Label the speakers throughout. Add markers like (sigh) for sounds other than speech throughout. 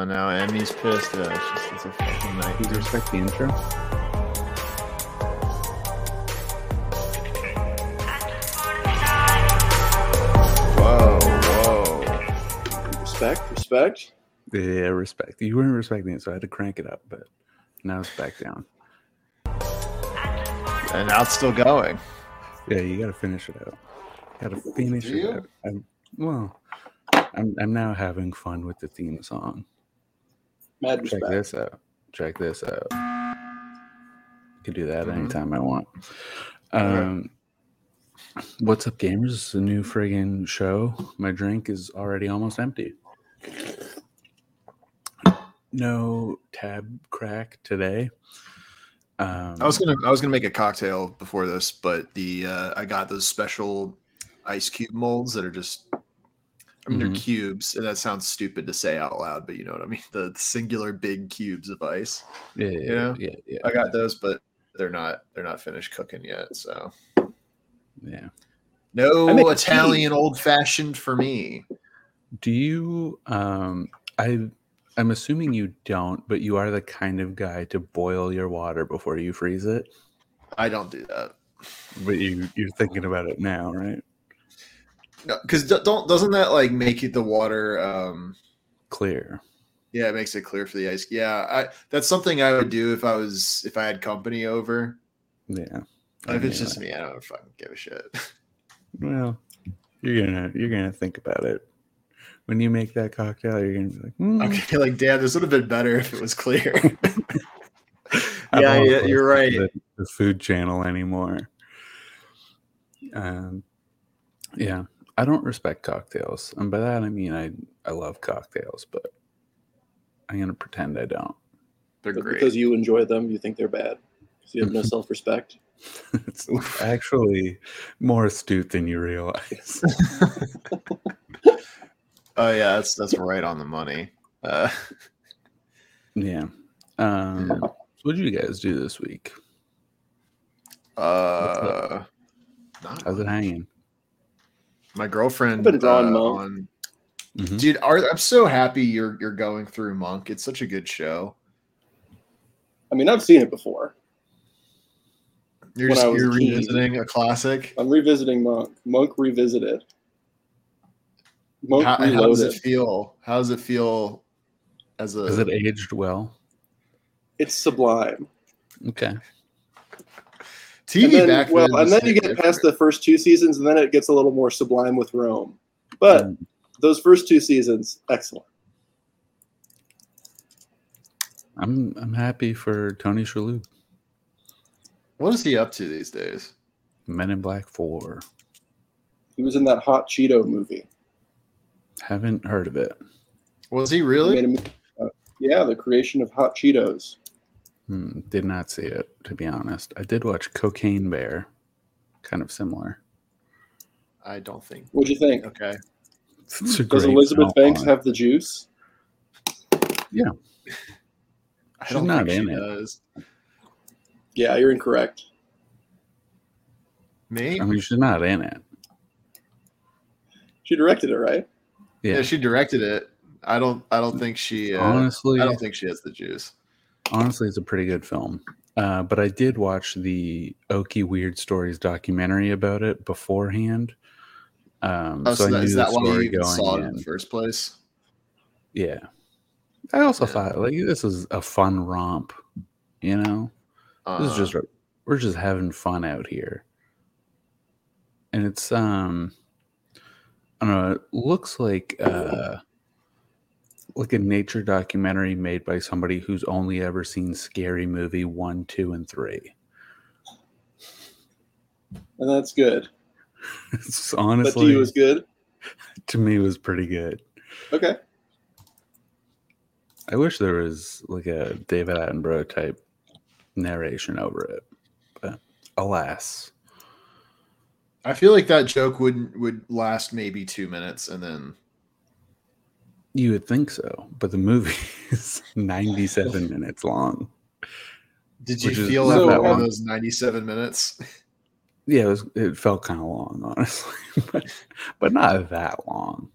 Speaker 1: I know Emmy's pissed. Uh, it's, just, it's a fucking night.
Speaker 2: Please respect the intro.
Speaker 3: Whoa, whoa. Respect, respect.
Speaker 2: Yeah, respect. You weren't respecting it, so I had to crank it up, but now it's back down.
Speaker 1: And now it's still going.
Speaker 2: Yeah, you gotta finish it out. Gotta finish
Speaker 3: Do you?
Speaker 2: it out. I'm, well, I'm, I'm now having fun with the theme song.
Speaker 3: Mad
Speaker 2: Check
Speaker 3: respect.
Speaker 2: this out. Check this out. Can do that
Speaker 3: Mm-hmm.
Speaker 2: anytime I want. Um, what's up, gamers? It's a new friggin' show. My drink is already almost empty. No tab crack today. Um,
Speaker 3: I was gonna I was gonna make a cocktail before this, but the uh, I got those special ice cube molds that are just I mean
Speaker 2: Mhm.
Speaker 3: they're cubes, and that sounds stupid to say out loud, but you know what I mean. (laughs) The singular big cubes of ice.
Speaker 2: yeah, yeah, yeah,
Speaker 3: yeah.
Speaker 2: yeah, yeah,
Speaker 3: I got those, but they're not they're not finished cooking yet. So
Speaker 2: yeah.
Speaker 3: no
Speaker 2: I make tea.
Speaker 3: Italian old fashioned for me.
Speaker 2: Do you? Um, I, I'm assuming you don't, but you are the kind of guy to boil your water before you freeze it.
Speaker 3: I don't do that.
Speaker 2: But you, you're thinking about it now, right?
Speaker 3: No, because don't doesn't that like make it the water um
Speaker 2: Clear.
Speaker 3: Yeah, it makes it clear for the ice. Yeah, I, that's something I would do if I was if I had company over.
Speaker 2: Yeah.
Speaker 3: If it's
Speaker 2: Yeah.
Speaker 3: just me, I don't fucking give a shit. (laughs)
Speaker 2: Well, you're gonna you're gonna think about it when you make that cocktail. You're gonna be like, "Hmm,
Speaker 3: I'm gonna be like, damn, this would have been better if it was clear. (laughs) yeah,
Speaker 2: I don't
Speaker 3: yeah,
Speaker 2: listen
Speaker 3: you're
Speaker 2: to
Speaker 3: right.
Speaker 2: The, the food channel anymore. Um, yeah, I don't respect cocktails, and by that I mean I I love cocktails, but I'm gonna pretend I don't. (laughs)
Speaker 3: They're
Speaker 4: But
Speaker 3: great.
Speaker 4: because you enjoy them, you think they're bad. Because you have no self respect.
Speaker 2: it's actually more astute than you realize.
Speaker 3: oh yeah, that's that's right on the money. Uh,
Speaker 2: yeah. Um,
Speaker 4: (laughs)
Speaker 2: what did you guys do this week?
Speaker 3: uh, not
Speaker 2: How's it hanging?
Speaker 3: my girlfriend.
Speaker 4: I've been gone,
Speaker 3: uh,
Speaker 4: Mo.
Speaker 3: on-
Speaker 2: Mhm.
Speaker 3: dude, are, I'm so happy you're you're going through Monk. It's such a good show.
Speaker 4: I mean, I've seen it before.
Speaker 3: You're
Speaker 4: When
Speaker 3: just,
Speaker 4: I was
Speaker 3: you're
Speaker 4: a kid.
Speaker 3: revisiting a classic.
Speaker 4: I'm revisiting Monk. Monk revisited. Monk
Speaker 3: how, how does
Speaker 4: reloaded.
Speaker 3: it feel? How does it feel as a?
Speaker 2: Has it aged well?
Speaker 4: it's sublime.
Speaker 2: Okay.
Speaker 3: TV
Speaker 4: and then,
Speaker 3: back
Speaker 4: well,
Speaker 3: then
Speaker 4: and
Speaker 3: was
Speaker 4: then you get
Speaker 3: different.
Speaker 4: past the first two seasons, and then it gets a little more sublime with Rome. But
Speaker 2: Mm.
Speaker 4: those first two seasons, excellent.
Speaker 2: I'm I'm happy for Tony Shalhoub,
Speaker 3: What is he up to these days?
Speaker 2: Men in Black Four.
Speaker 4: He was in that Hot Cheeto movie.
Speaker 2: Haven't heard of it.
Speaker 3: Was he
Speaker 4: He
Speaker 3: really?
Speaker 4: made a movie about- yeah, the creation of Hot Cheetos.
Speaker 2: Hmm, did not see it to be honest. I did watch Cocaine Bear, kind of similar. (laughs)
Speaker 3: I don't think.
Speaker 4: What'd you think?
Speaker 3: Okay.
Speaker 2: It's a
Speaker 4: Does
Speaker 2: great
Speaker 4: Elizabeth
Speaker 2: film.
Speaker 4: Banks have the juice?
Speaker 3: I
Speaker 2: She's
Speaker 3: don't
Speaker 2: not
Speaker 3: think
Speaker 2: in
Speaker 3: she
Speaker 2: it.
Speaker 3: does.
Speaker 4: Yeah, you're incorrect.
Speaker 3: Me?
Speaker 2: I mean, she's not in it.
Speaker 4: She directed it, right?
Speaker 2: Yeah.
Speaker 3: yeah. she directed it. I don't. I don't think she. Uh,
Speaker 2: honestly,
Speaker 3: I don't think she has the juice.
Speaker 2: honestly, it's a pretty good film. Uh, but I did watch the Okie Weird Stories documentary about it beforehand. Um,
Speaker 3: Oh, so
Speaker 2: I
Speaker 3: that,
Speaker 2: knew
Speaker 3: is
Speaker 2: the
Speaker 3: that why you
Speaker 2: story
Speaker 3: even
Speaker 2: going
Speaker 3: saw it in
Speaker 2: in.
Speaker 3: the first place?
Speaker 2: Yeah. I also
Speaker 3: Yeah.
Speaker 2: thought like this is a fun romp, you know.
Speaker 3: Uh,
Speaker 2: This is just a- we're just having fun out here. And it's um I don't know, it looks like uh like a nature documentary made by somebody who's only ever seen scary movie 1, 2 and 3.
Speaker 4: And that's good.
Speaker 2: (laughs) It's
Speaker 4: But to
Speaker 2: honestly
Speaker 4: you was good.
Speaker 2: to me was pretty good.
Speaker 4: Okay.
Speaker 2: I wish there was like a David Attenborough type narration over it. But alas,
Speaker 3: Um, I feel like that joke would would last maybe two minutes, and then
Speaker 2: You would think so, but the movie (laughs) is 97 minutes long.
Speaker 3: did you
Speaker 2: Which is
Speaker 3: feel
Speaker 2: not
Speaker 3: that
Speaker 4: that
Speaker 3: one of
Speaker 4: long.
Speaker 3: those ninety-seven minutes?
Speaker 2: Yeah, it, was, it (laughs) felt kind of long, honestly, but, but not that long.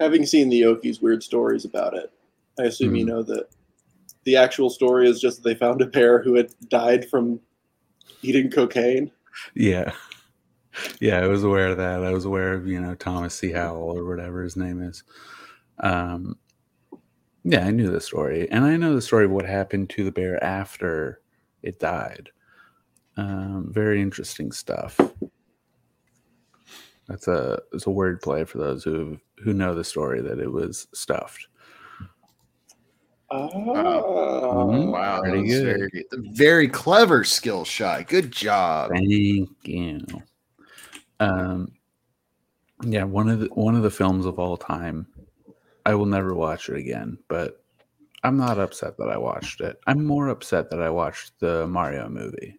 Speaker 4: having seen the Yoki's weird stories about it, I assume
Speaker 2: Hmm.
Speaker 4: you know that the actual story is just that they found a bear who had died from eating cocaine.
Speaker 2: Yeah. Yeah, I was aware of that. I was aware of, you know, Thomas C. Howell or whatever his name is. Um yeah, I knew the story. And I know the story of what happened to the bear after it died. Um, very interesting stuff. That's a it's a word play for those who who know the story that it was stuffed.
Speaker 4: Ah,
Speaker 2: Mhm.
Speaker 3: Wow,
Speaker 2: Pretty
Speaker 3: that was
Speaker 2: good.
Speaker 3: Very, very clever skill shot. Good job.
Speaker 2: Thank you. Um, yeah, one of the one of the films of all time. I will never watch it again, but I'm not upset that I watched it. I'm more upset that I watched the Mario movie.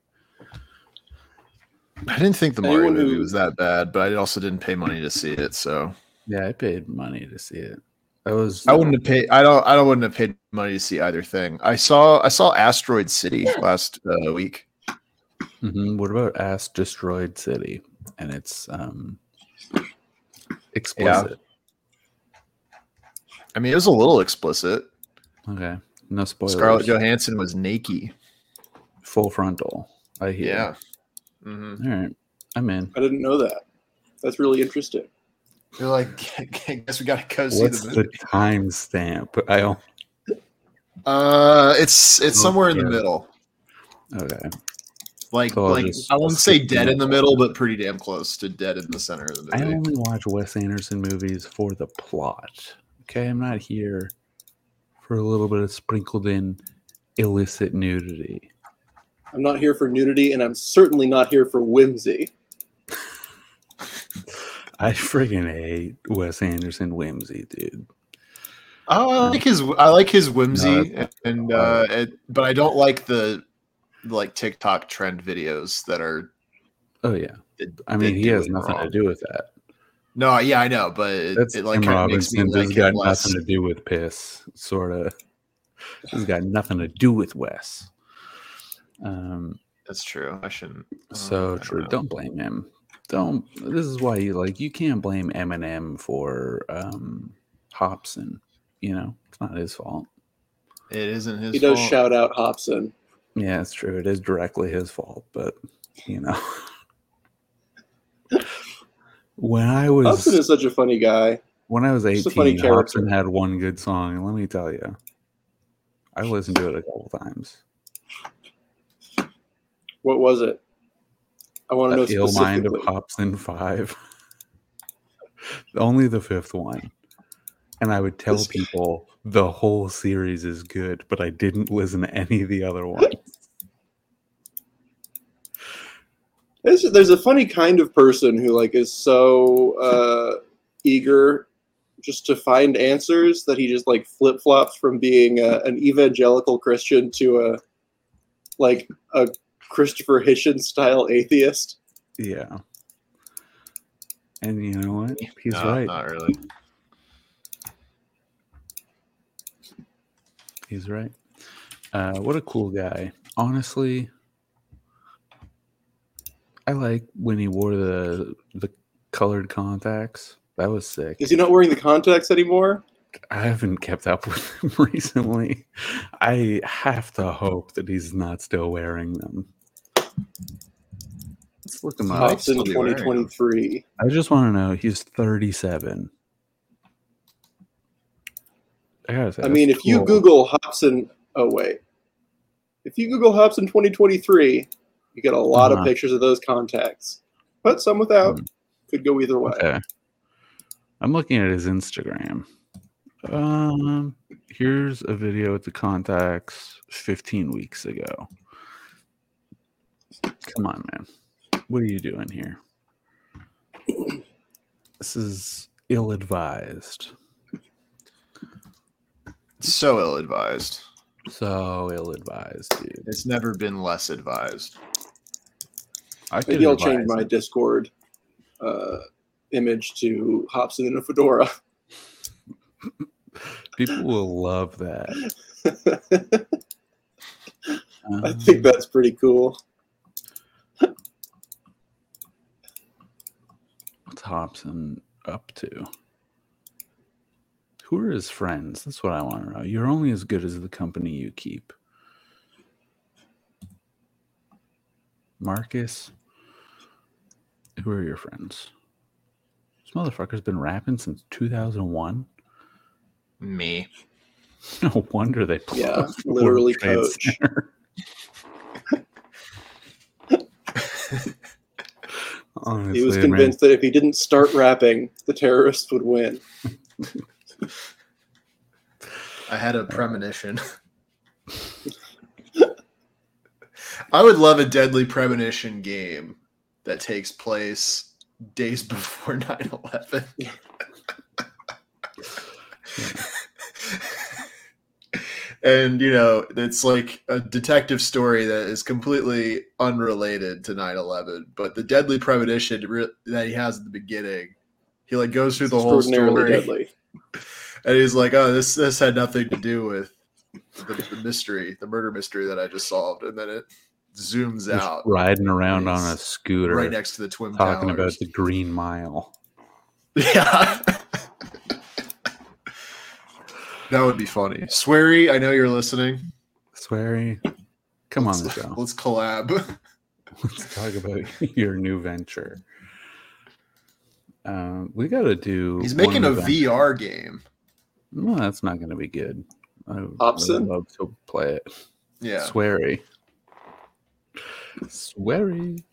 Speaker 3: I didn't think the Mario
Speaker 4: Anyone who-
Speaker 3: movie was that bad, but I also didn't pay money to see it, so
Speaker 2: Yeah, I paid money to see it. That was
Speaker 3: I wouldn't have paid. I don't. I don't wouldn't have paid money to see either thing. I saw. I saw Asteroid City last uh, week.
Speaker 2: Mhm, What about Ass Destroyed City? And it's um explicit.
Speaker 3: I mean, it was a little explicit.
Speaker 2: Okay, no spoilers.
Speaker 3: Scarlett Johansson was naked.
Speaker 2: Full frontal. I hear.
Speaker 3: Yeah. Mm-hmm.
Speaker 2: All right, I'm in.
Speaker 4: I didn't know that. That's really interesting.
Speaker 3: They're like, (laughs) I guess we gotta go see
Speaker 2: What's
Speaker 3: the
Speaker 2: the
Speaker 3: movie.
Speaker 2: timestamp? I don't.
Speaker 3: uh, it's it's
Speaker 2: Oh,
Speaker 3: somewhere in
Speaker 2: yeah.
Speaker 3: the middle.
Speaker 2: Okay.
Speaker 3: Like
Speaker 2: Oh,
Speaker 3: like
Speaker 2: just-
Speaker 3: I won't say
Speaker 2: skip the
Speaker 3: dead in the
Speaker 2: middle.
Speaker 3: middle, but pretty damn close to dead in the center of the
Speaker 2: I
Speaker 3: movie.
Speaker 2: only watch Wes Anderson movies for the plot. Okay. I'm not here for a little bit of sprinkled in illicit nudity.
Speaker 4: I'm not here for nudity, and I'm certainly not here for whimsy.
Speaker 2: I friggin' hate Wes Anderson whimsy, dude.
Speaker 3: Oh, I like his I like his whimsy, and uh,
Speaker 2: uh,
Speaker 3: it, but I don't like the like TikTok trend videos that are.
Speaker 2: Oh, yeah.
Speaker 3: that-
Speaker 2: I mean,
Speaker 3: that
Speaker 2: he
Speaker 3: do
Speaker 2: has
Speaker 3: it
Speaker 2: nothing
Speaker 3: wrong.
Speaker 2: to do with that.
Speaker 3: No, yeah, I know, but it,
Speaker 2: That's
Speaker 3: it like
Speaker 2: Tim
Speaker 3: kind of makes me
Speaker 2: Robinson.
Speaker 3: like
Speaker 2: This has
Speaker 3: him
Speaker 2: got
Speaker 3: less.
Speaker 2: nothing to do with piss, sort of. This has got nothing to do with Wes. Um,
Speaker 3: That's true. I shouldn't.
Speaker 4: Oh,
Speaker 3: uh, I
Speaker 2: So
Speaker 3: don't
Speaker 2: true.
Speaker 3: know.
Speaker 2: Don't blame him. Don't. This is why you like you can't blame Eminem for um Hobson. You know, it's not his fault.
Speaker 3: It isn't his.
Speaker 4: He does
Speaker 3: fault.
Speaker 4: shout out Hobson.
Speaker 2: Yeah, it's true. It is directly his fault, but you know. (laughs) when I was
Speaker 4: Hobson is such a funny guy.
Speaker 2: when I was
Speaker 4: just a funny
Speaker 2: eighteen, Hobson
Speaker 4: character.
Speaker 2: had one good song, and let me tell you, I listened to it a couple times.
Speaker 4: What was it? I want to know
Speaker 2: The Ill Mind of
Speaker 4: specifically.
Speaker 2: Hobson Five. (laughs) Only the fifth one. And I would tell
Speaker 4: This-
Speaker 2: people the whole series is good, but I didn't listen to any of the
Speaker 4: (laughs)
Speaker 2: other ones.
Speaker 4: There's, there's a funny kind of person who like is so uh, eager just to find answers that he just like flip flops from being a, an evangelical Christian to a like a Christopher Hitchens style atheist.
Speaker 2: Yeah. And you know what? He's
Speaker 3: No,
Speaker 2: right.
Speaker 3: Not really.
Speaker 2: He's right. Uh, what a cool guy. Honestly, I like when he wore the the colored contacts. That was sick.
Speaker 4: Is he not wearing the contacts anymore?
Speaker 2: I haven't kept up with (laughs) him recently. I have to hope that he's not still wearing them. Let's look him
Speaker 3: Might
Speaker 2: up.
Speaker 4: Hobson
Speaker 3: still be wearing them.
Speaker 4: 2023.
Speaker 2: I just want to know. He's 37. I gotta say.
Speaker 4: I mean,
Speaker 2: that's
Speaker 4: if you
Speaker 2: cool.
Speaker 4: Google Hobson, oh wait, if you Google Hobson 2023, you get a lot
Speaker 2: Uh-huh.
Speaker 4: of pictures of those contacts, but some without. Could go either way.
Speaker 2: Okay. uh, I'm looking at his Instagram. Um, here's a video with the contacts 15 weeks ago. Come on, man. What are you doing here? This is ill advised.
Speaker 3: It's so ill advised.
Speaker 2: So ill advised, dude.
Speaker 3: It's never been less advised.
Speaker 2: I could
Speaker 4: Maybe I'll
Speaker 2: advise
Speaker 4: change my
Speaker 2: it.
Speaker 4: Discord uh, image to Hobson in a fedora. (laughs)
Speaker 2: People will love that.
Speaker 4: (laughs) I
Speaker 2: Um,
Speaker 4: think that's pretty cool.
Speaker 2: what's Hobson up to? Who are his friends? That's what I want to know. You're only as good as the company you keep. Marcus, who are your friends? This motherfucker's been rapping since 2001.
Speaker 5: Me.
Speaker 2: (laughs) No wonder they play. (laughs)
Speaker 4: Yeah, literally coach.
Speaker 2: Honestly,
Speaker 4: He was
Speaker 2: man.
Speaker 4: convinced that if he didn't start rapping, the terrorists would win.
Speaker 3: I had a premonition. (laughs) I would love a deadly premonition game that takes place days (laughs) before 9 11. and, you know, it's like a detective story that is completely unrelated to 9 11, but the deadly premonition re- that he has at the beginning, he like goes through the whole
Speaker 4: Extraordinarily
Speaker 3: story
Speaker 4: deadly.
Speaker 3: and he's like, "Oh, this this had nothing to do with the, the mystery, the murder mystery that I just solved." And then it zooms
Speaker 2: Just
Speaker 3: out
Speaker 2: riding around on a
Speaker 3: It's
Speaker 2: scooter,
Speaker 3: right next to the twin
Speaker 2: talking about
Speaker 3: towers.
Speaker 2: the Green Mile.
Speaker 3: (laughs) yeah. That would be funny. Swery, I know you're listening.
Speaker 2: Sweary, come on the
Speaker 3: let's,
Speaker 2: show.
Speaker 3: let's collab.
Speaker 2: Let's talk about (laughs) your new venture. Um, we got to do.
Speaker 3: He's making
Speaker 2: one
Speaker 3: a
Speaker 2: event.
Speaker 3: VR game.
Speaker 2: No, that's not going to be good. I would
Speaker 4: Hobson?
Speaker 2: love to play it.
Speaker 3: Yeah.
Speaker 2: Sweary. Sweary.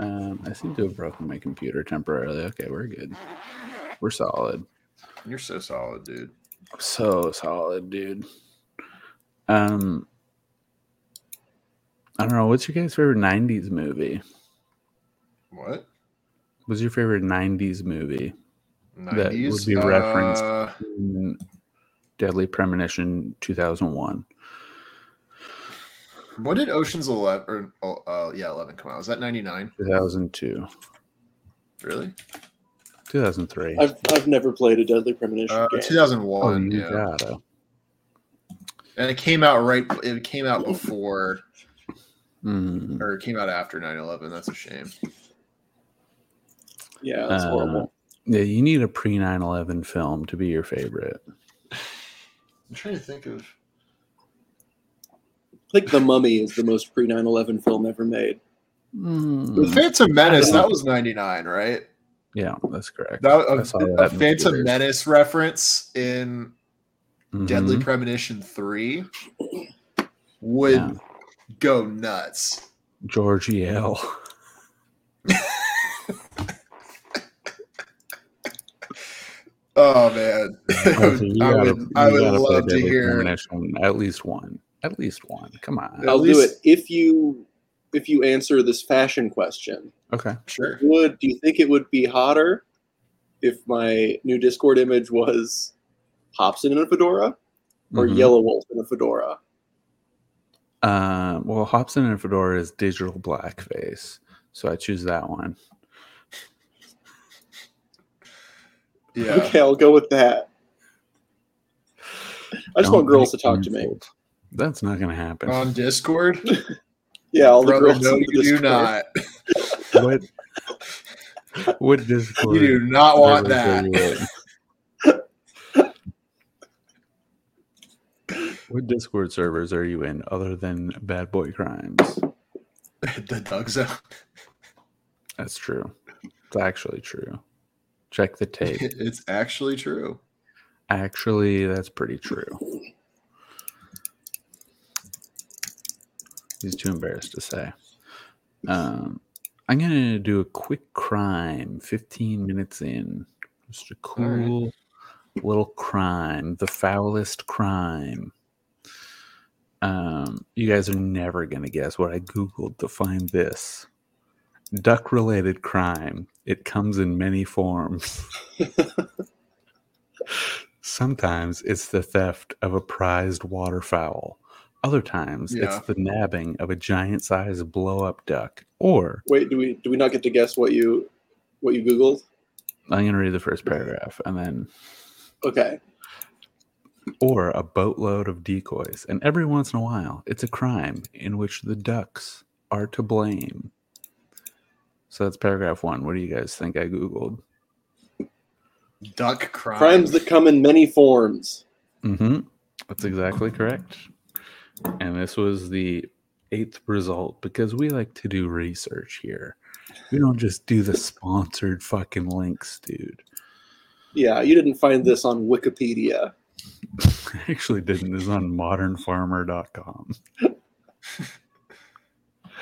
Speaker 2: Um, I seem to have broken my computer temporarily. Okay, we're good. We're solid.
Speaker 3: You're so solid, dude.
Speaker 2: So solid, dude. Um, I don't know. What's your guys' favorite '90s movie?
Speaker 3: What?
Speaker 2: What's your favorite '90s movie? That would
Speaker 3: 90s?
Speaker 2: be referenced.
Speaker 3: Uh,
Speaker 2: Mm, Deadly Premonition 2001.
Speaker 3: when did Ocean's 11 or oh, uh, yeah, 11 come out? Was that 99?
Speaker 2: 2002,
Speaker 3: Really?
Speaker 2: 2003.
Speaker 4: I've, I've never played a Deadly Premonition
Speaker 3: Uh, (laughs)
Speaker 4: game.
Speaker 3: 2001.
Speaker 2: oh, you
Speaker 3: yeah.
Speaker 2: gotta.
Speaker 3: and it came out right it came out before
Speaker 2: Mm.
Speaker 3: or it came out after 9-11 that's a shame
Speaker 4: Yeah, that's
Speaker 2: Uh,
Speaker 4: horrible.
Speaker 2: Yeah, you need a pre 9 11 film to be your favorite.
Speaker 3: i'm trying to think of
Speaker 4: I think The Mummy is the most pre 9 11 film ever made.
Speaker 3: the
Speaker 2: Mm,
Speaker 3: phantom menace that was 99 right
Speaker 2: Yeah, that's correct.
Speaker 3: that
Speaker 2: I
Speaker 3: was
Speaker 2: saw
Speaker 3: a,
Speaker 2: that
Speaker 3: a
Speaker 2: in
Speaker 3: phantom
Speaker 2: theaters.
Speaker 3: menace reference in deadly
Speaker 2: Mhm.
Speaker 3: premonition 3 would
Speaker 2: Yeah.
Speaker 3: go nuts
Speaker 2: George E.
Speaker 3: (laughs)
Speaker 2: (laughs) Yale.
Speaker 3: oh man I (laughs)
Speaker 2: Also,
Speaker 3: would,
Speaker 2: you
Speaker 3: I
Speaker 2: gotta-
Speaker 3: would, I
Speaker 2: you
Speaker 3: would
Speaker 2: gotta play
Speaker 3: love to
Speaker 2: Deadly
Speaker 3: hear
Speaker 2: Premonition, At least one. At least one. Come on.
Speaker 3: At
Speaker 4: I'll do it
Speaker 3: least-
Speaker 4: if you if you answer this fashion question.
Speaker 2: Okay.
Speaker 4: (laughs)
Speaker 3: sure
Speaker 4: Would do you think it would be hotter if my new Discord image was Hobson in a fedora or
Speaker 2: Mhm.
Speaker 4: Yellow Wolf in a fedora?
Speaker 2: Uh, well, Hobson and Fedora is digital blackface, so I choose that one.
Speaker 3: yeah
Speaker 4: Okay, I'll go with that. I just
Speaker 2: Don't
Speaker 4: want girls to
Speaker 2: make
Speaker 4: talk
Speaker 2: me
Speaker 4: to me.
Speaker 2: fooled. That's not going to happen.
Speaker 3: on discord
Speaker 4: Yeah, all the
Speaker 3: brother
Speaker 4: girls.
Speaker 3: no
Speaker 4: in
Speaker 3: you do
Speaker 4: the Discord.
Speaker 3: not
Speaker 2: (laughs) what? What Discord?
Speaker 3: you do not want
Speaker 2: servers
Speaker 3: that
Speaker 2: are you in? what Discord servers are you in other than Bad Boy Crimes?
Speaker 3: (laughs) the dog zone
Speaker 2: That's true. It's actually true. Check the tape.
Speaker 3: (laughs) it's actually true
Speaker 2: Actually, that's pretty true. He's too embarrassed to say. Um, I'm going to do a quick crime 15 minutes in. Just a
Speaker 3: All right.
Speaker 2: cool little crime, the foulest crime. Um, you guys are never going to guess what I Googled to find this. Duck related crime. It comes in many forms. Sometimes it's the theft of a prized waterfowl. Other times
Speaker 3: Yeah.
Speaker 2: it's the nabbing of a giant sized blow up duck. Or
Speaker 4: Wait, do we do we not get to guess what you what you googled?
Speaker 2: I'm going to read the first paragraph and then
Speaker 4: Okay,
Speaker 2: or a boatload of decoys. And every once in a while, it's a crime in which the ducks are to blame. So that's paragraph one. What do you guys think I Googled?
Speaker 6: Duck crime.
Speaker 4: Crimes that come in many forms.
Speaker 2: Mm-hmm. That's exactly correct. And this was the eighth result because we like to do research here. We don't just do the sponsored fucking links, dude. (laughs)
Speaker 4: Yeah, you didn't find this on Wikipedia.
Speaker 2: I actually didn't. This is on modernfarmer.com.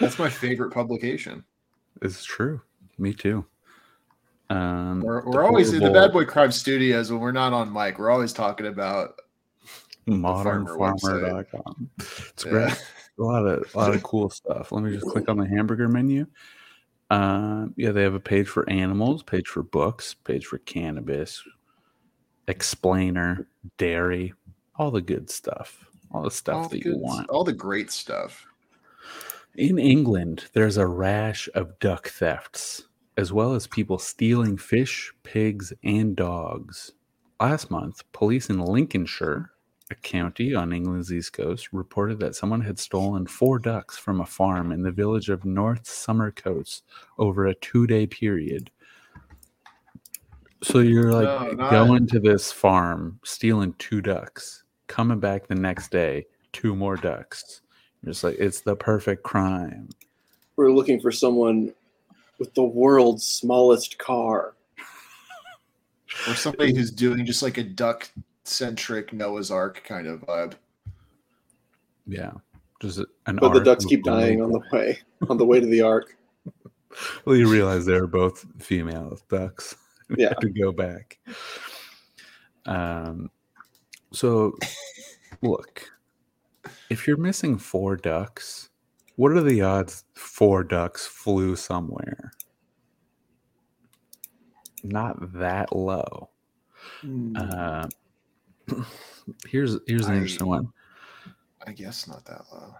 Speaker 3: That's my favorite publication.
Speaker 2: It's true. Me too. Um,
Speaker 6: We're, we're always in the
Speaker 2: deplorable-
Speaker 6: Bad Boy Crime Studios when we're not on mic. We're always talking about farmer
Speaker 2: modernfarmer.com. It's
Speaker 6: Yeah.
Speaker 2: great. A lot of a
Speaker 6: (laughs)
Speaker 2: lot of cool stuff. Let me just click on the hamburger menu. Um, yeah, they have a page for animals, page for books, page for cannabis, explainer, dairy, all the good stuff, all the stuff
Speaker 6: all the
Speaker 2: that you
Speaker 6: good-
Speaker 2: want.
Speaker 6: all the great stuff.
Speaker 2: In England, there's a rash of duck thefts, as well as people stealing fish, pigs, and dogs. Last month, police in Lincolnshire, a county on England's east coast, reported that someone had stolen four ducks from a farm in the village of North Summercoats over a two day period. So you're like
Speaker 4: Oh,
Speaker 6: No, not-
Speaker 2: going to this farm, stealing two ducks, coming back the next day, two more ducks. Just like it's the perfect crime.
Speaker 4: We're looking for someone with the world's smallest car.
Speaker 6: Or somebody who's doing just like a duck centric Noah's Ark kind of vibe.
Speaker 2: Yeah, just an.
Speaker 4: But the
Speaker 2: arc
Speaker 4: ducks
Speaker 2: of
Speaker 4: keep dying on the way on the way to the ark.
Speaker 2: Well, you realize they're both female ducks. (laughs) We
Speaker 4: Yeah.
Speaker 2: had to go back. Um, so look, if you're missing four ducks, what are the odds four ducks flew somewhere? Not that low.
Speaker 6: Mm,
Speaker 2: Uh, (clears throat) here's here's an
Speaker 6: I-
Speaker 2: interesting one.
Speaker 6: I guess not that low.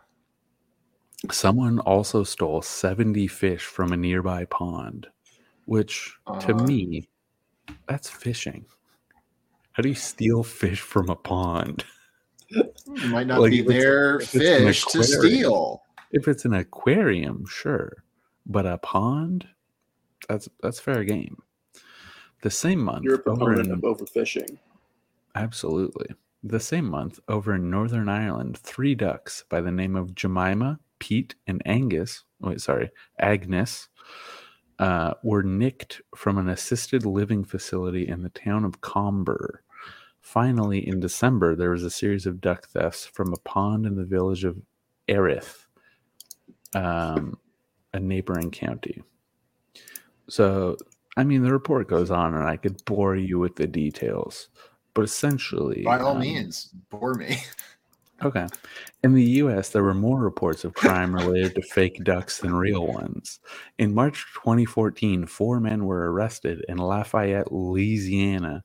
Speaker 2: Someone also stole 70 fish from a nearby pond, which to
Speaker 6: Uh.
Speaker 2: me, that's fishing. How do you steal fish from a pond?
Speaker 6: You might not
Speaker 2: Like,
Speaker 6: be
Speaker 2: if it's-
Speaker 6: their
Speaker 2: if it's an
Speaker 6: fish to
Speaker 2: aquarium.
Speaker 6: steal.
Speaker 2: If it's an aquarium, sure, but a pond, that's that's fair game. The same month,
Speaker 4: You're a
Speaker 2: over
Speaker 4: proponent
Speaker 2: in-
Speaker 4: of overfishing.
Speaker 2: Absolutely. The same month, over in Northern Ireland, three ducks by the name of Jemima, Pete, and Angus wait, sorry, Agnes uh, were nicked from an assisted living facility in the town of Comber. Finally, in December, there was a series of duck thefts from a pond in the village of Erith, um, a neighboring county. So, I mean, the report goes on, and I could bore you with the details, but essentially,
Speaker 6: By all
Speaker 2: um,
Speaker 6: means, bore me.
Speaker 2: Okay. In the US, there were more reports of crime related to fake ducks than real ones. In March 2014, four men were arrested in Lafayette, Louisiana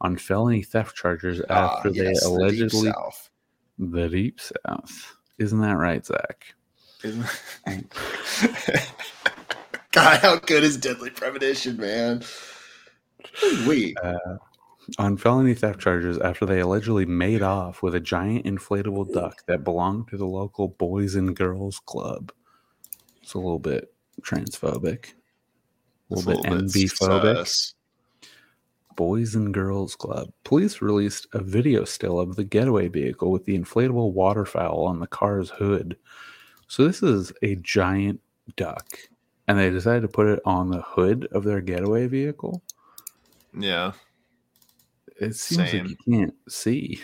Speaker 2: on felony theft charges
Speaker 6: Ah,
Speaker 2: after they
Speaker 6: yes, the deep
Speaker 2: allegedly.
Speaker 6: south.
Speaker 2: The deep, South. Isn't that right, Zach?
Speaker 6: Isn't- (laughs) God, how good is Deadly Premonition, man? Wait,
Speaker 2: On felony theft charges after they allegedly made off with a giant inflatable duck that belonged to the local Boys and Girls Club. It's a little bit transphobic, a little bit NB-phobic. Boys and Girls Club. Police released a video still of the getaway vehicle with the inflatable waterfowl on the car's hood. So this is a giant duck, and they decided to put it on the hood of their getaway vehicle.
Speaker 6: Yeah.
Speaker 2: It seems
Speaker 6: Same.
Speaker 2: like you can't see.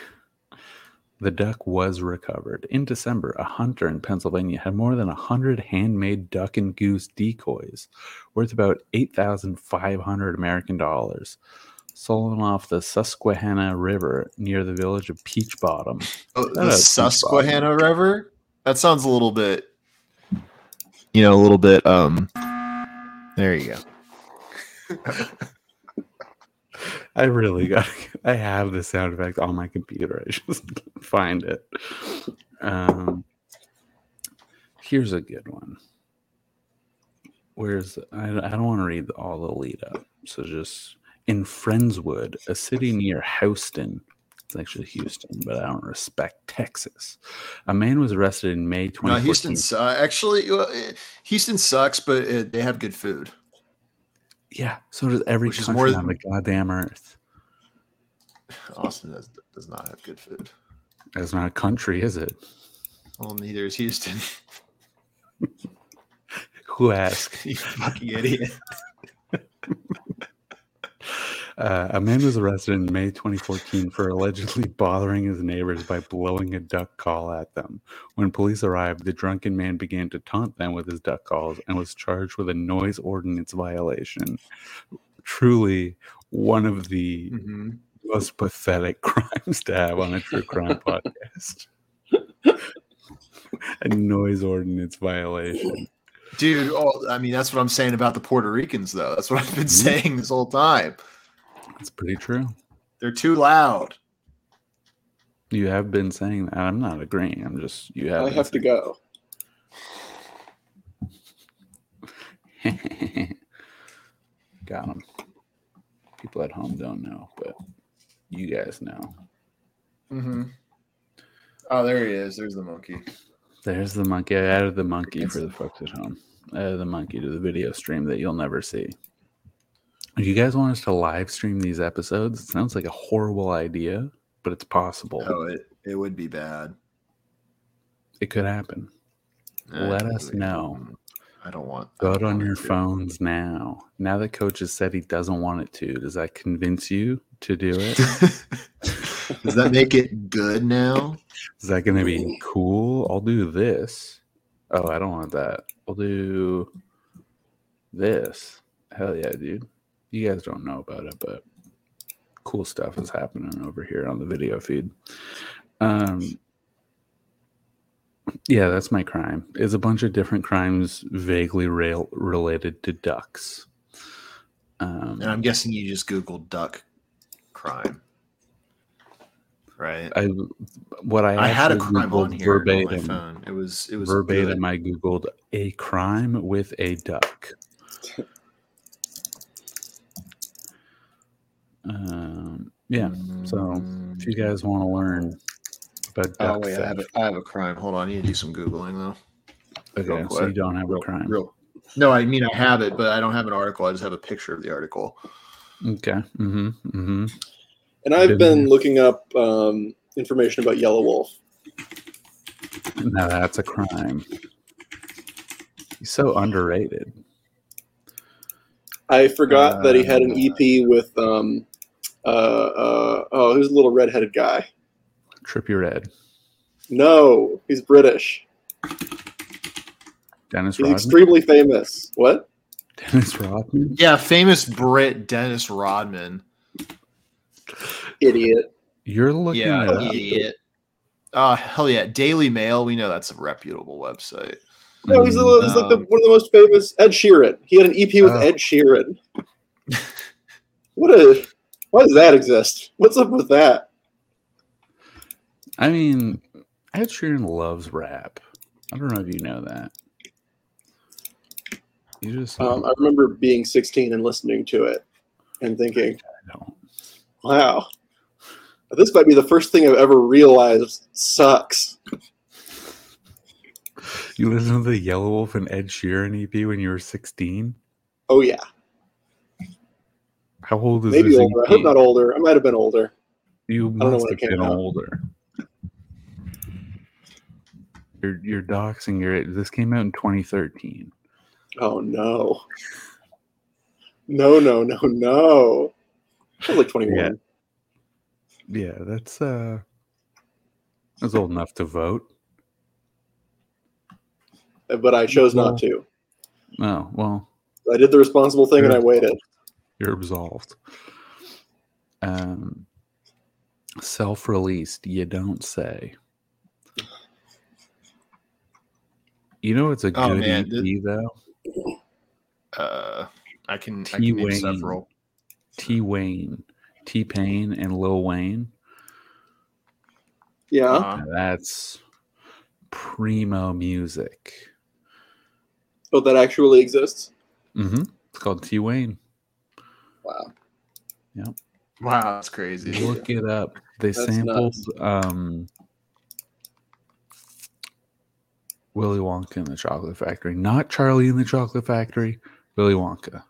Speaker 2: The duck was recovered. In December, a hunter in Pennsylvania had more than 100 handmade duck and goose decoys worth about 8,500 American dollars stolen off the Susquehanna River near the village of Peach Bottom.
Speaker 6: Oh, the
Speaker 2: a peach
Speaker 6: Susquehanna River? That sounds a little bit, you know, a little bit. Um, There you go.
Speaker 2: I really got. I have the sound effect on my computer. I (laughs) just can't find it. Um, here's a good one. Where's I, I don't want to read all the lead up. So just in Friendswood, a city near Houston. It's actually Houston, but I don't respect Texas. A man was arrested in May 2014.
Speaker 6: No, Houston. su- Uh, actually, well, eh, Houston sucks, but
Speaker 3: eh,
Speaker 6: uh they have good food.
Speaker 2: Yeah, so does every
Speaker 6: Which is
Speaker 2: country
Speaker 6: more than-
Speaker 2: on the goddamn earth.
Speaker 3: Austin does, does not have good food.
Speaker 2: That's not a country, is it?
Speaker 3: Well, neither is Houston. (laughs)
Speaker 2: Who asked?
Speaker 3: you fucking idiot.
Speaker 2: Uh, a man was arrested in May 2014 for allegedly (laughs) bothering his neighbors by blowing a duck call at them. When police arrived, the drunken man began to taunt them with his duck calls and was charged with a noise ordinance violation. Truly one of the
Speaker 6: Mm-hmm.
Speaker 3: hmm
Speaker 2: most pathetic (laughs) crimes to have on a true crime podcast. (laughs) a noise ordinance violation.
Speaker 3: Dude, oh, I mean, that's what I'm saying about the Puerto Ricans, though. That's what I've been
Speaker 2: Mhm.
Speaker 3: saying this whole time.
Speaker 2: That's pretty true.
Speaker 3: They're too loud.
Speaker 2: You have been saying that. I'm not agreeing. I'm just, you have.
Speaker 4: I
Speaker 2: been
Speaker 4: have to
Speaker 2: saying-
Speaker 4: go.
Speaker 2: (laughs) Got him. People at home don't know, but you guys know.
Speaker 3: Mm-hmm. Oh, there he is. There's the monkey.
Speaker 2: There's the monkey. I added the monkey for the folks at home. I added the monkey to the video stream that you'll never see. If you guys want us to live stream these episodes, it sounds like a horrible idea, but it's possible.
Speaker 3: Oh, it, it would be bad.
Speaker 2: It could happen.
Speaker 3: Eh,
Speaker 2: Let
Speaker 3: I
Speaker 2: us
Speaker 3: really-
Speaker 2: know.
Speaker 3: I don't want. I
Speaker 2: Vote
Speaker 3: don't
Speaker 2: on
Speaker 3: want
Speaker 2: your
Speaker 3: to.
Speaker 2: phones now. Now that coach has said he doesn't want it to, does that convince you to do it?
Speaker 3: (laughs) Does that make it good now?
Speaker 2: Is that going to be cool? I'll do this. Oh, I don't want that. I'll do this. Hell yeah, dude. You guys don't know about it, but cool stuff is happening over here on the video feed. Um, yeah, that's my crime. It's a bunch of different crimes vaguely rail- related to ducks. Um,
Speaker 3: And I'm guessing you just Googled duck crime, right?
Speaker 2: I what I,
Speaker 3: I had a
Speaker 2: actually
Speaker 3: crime on
Speaker 2: Googled
Speaker 3: here on my
Speaker 2: verbatim.
Speaker 3: phone. It was it was
Speaker 2: verbatim
Speaker 3: good.
Speaker 2: i googled a crime with a duck um yeah so,
Speaker 3: Mm-hmm.
Speaker 2: if you guys want to learn about duck
Speaker 3: Oh wait, I have, a,
Speaker 2: theft-
Speaker 3: I have a crime. Hold on, I need to do some googling though. real
Speaker 2: okay uh, so
Speaker 3: quick.
Speaker 2: you don't have a
Speaker 3: Real
Speaker 2: crime
Speaker 3: Real. No, I mean I have it, but I don't have an article. I just have a picture of the article.
Speaker 2: okay mm-hmm mm-hmm
Speaker 4: And I've
Speaker 2: Didn't
Speaker 4: been
Speaker 2: you?
Speaker 4: looking up um, information about Yellow Wolf.
Speaker 2: now that's a crime he's so underrated
Speaker 4: I forgot that he had an
Speaker 3: Uh,
Speaker 4: EP with um, uh, uh, oh, who's a little redheaded guy?
Speaker 2: trippy red
Speaker 4: No, he's British.
Speaker 2: dennis
Speaker 4: He's
Speaker 2: rodman
Speaker 4: extremely famous. What?
Speaker 2: dennis rodman
Speaker 3: Yeah, famous Brit Dennis Rodman.
Speaker 4: Idiot.
Speaker 2: you're looking
Speaker 3: yeah,
Speaker 2: it up.
Speaker 3: idiot. Uh, hell yeah, Daily Mail. We know that's a reputable website.
Speaker 4: No, he's, a little, he's like the,
Speaker 3: Um,
Speaker 4: one of the most famous. Ed Sheeran. He had an EP with
Speaker 2: Oh.
Speaker 4: Ed Sheeran. what a. Why does that exist? What's up with that?
Speaker 2: I mean, Ed Sheeran loves rap. I don't know if you know that. You just
Speaker 4: Um, I remember being 16 and listening to it and thinking,
Speaker 2: I don't.
Speaker 4: wow, this might be the first thing I've ever realized sucks.
Speaker 2: You listened to the Yellow Wolf and Ed Sheeran EP when you were sixteen.
Speaker 4: Oh, yeah.
Speaker 2: How old is
Speaker 4: Maybe
Speaker 2: this
Speaker 4: older. I
Speaker 2: EP?
Speaker 4: hope not older. I might have been older.
Speaker 2: you
Speaker 4: know
Speaker 2: must
Speaker 4: when
Speaker 2: have
Speaker 4: it came
Speaker 2: been
Speaker 4: out.
Speaker 2: older. You're you're doxing your. This came out in 2013.
Speaker 4: Oh, no. No, no, no, no. I was like 21.
Speaker 2: Yeah. Yeah, that's uh, that's old enough to vote.
Speaker 4: but I chose not to.
Speaker 2: Oh well,
Speaker 4: I did the responsible thing and I waited.
Speaker 2: you're absolved. Um, self released, you don't say. You know it's a
Speaker 3: Oh,
Speaker 2: good
Speaker 3: man,
Speaker 2: EP
Speaker 3: thi-
Speaker 2: though.
Speaker 3: Uh, I can I
Speaker 2: T.
Speaker 3: can name
Speaker 2: Wayne.
Speaker 3: several.
Speaker 2: T Wayne, T Pain, and Lil Wayne.
Speaker 4: Yeah.
Speaker 3: Uh,
Speaker 2: Now that's primo music.
Speaker 4: Oh, that actually exists?
Speaker 2: hmm It's called T Wayne.
Speaker 4: Wow.
Speaker 3: wow, that's crazy.
Speaker 2: Look it up. They
Speaker 4: That's
Speaker 2: sampled um, Willy Wonka in the Chocolate Factory, not Charlie in the Chocolate Factory. Willy Wonka.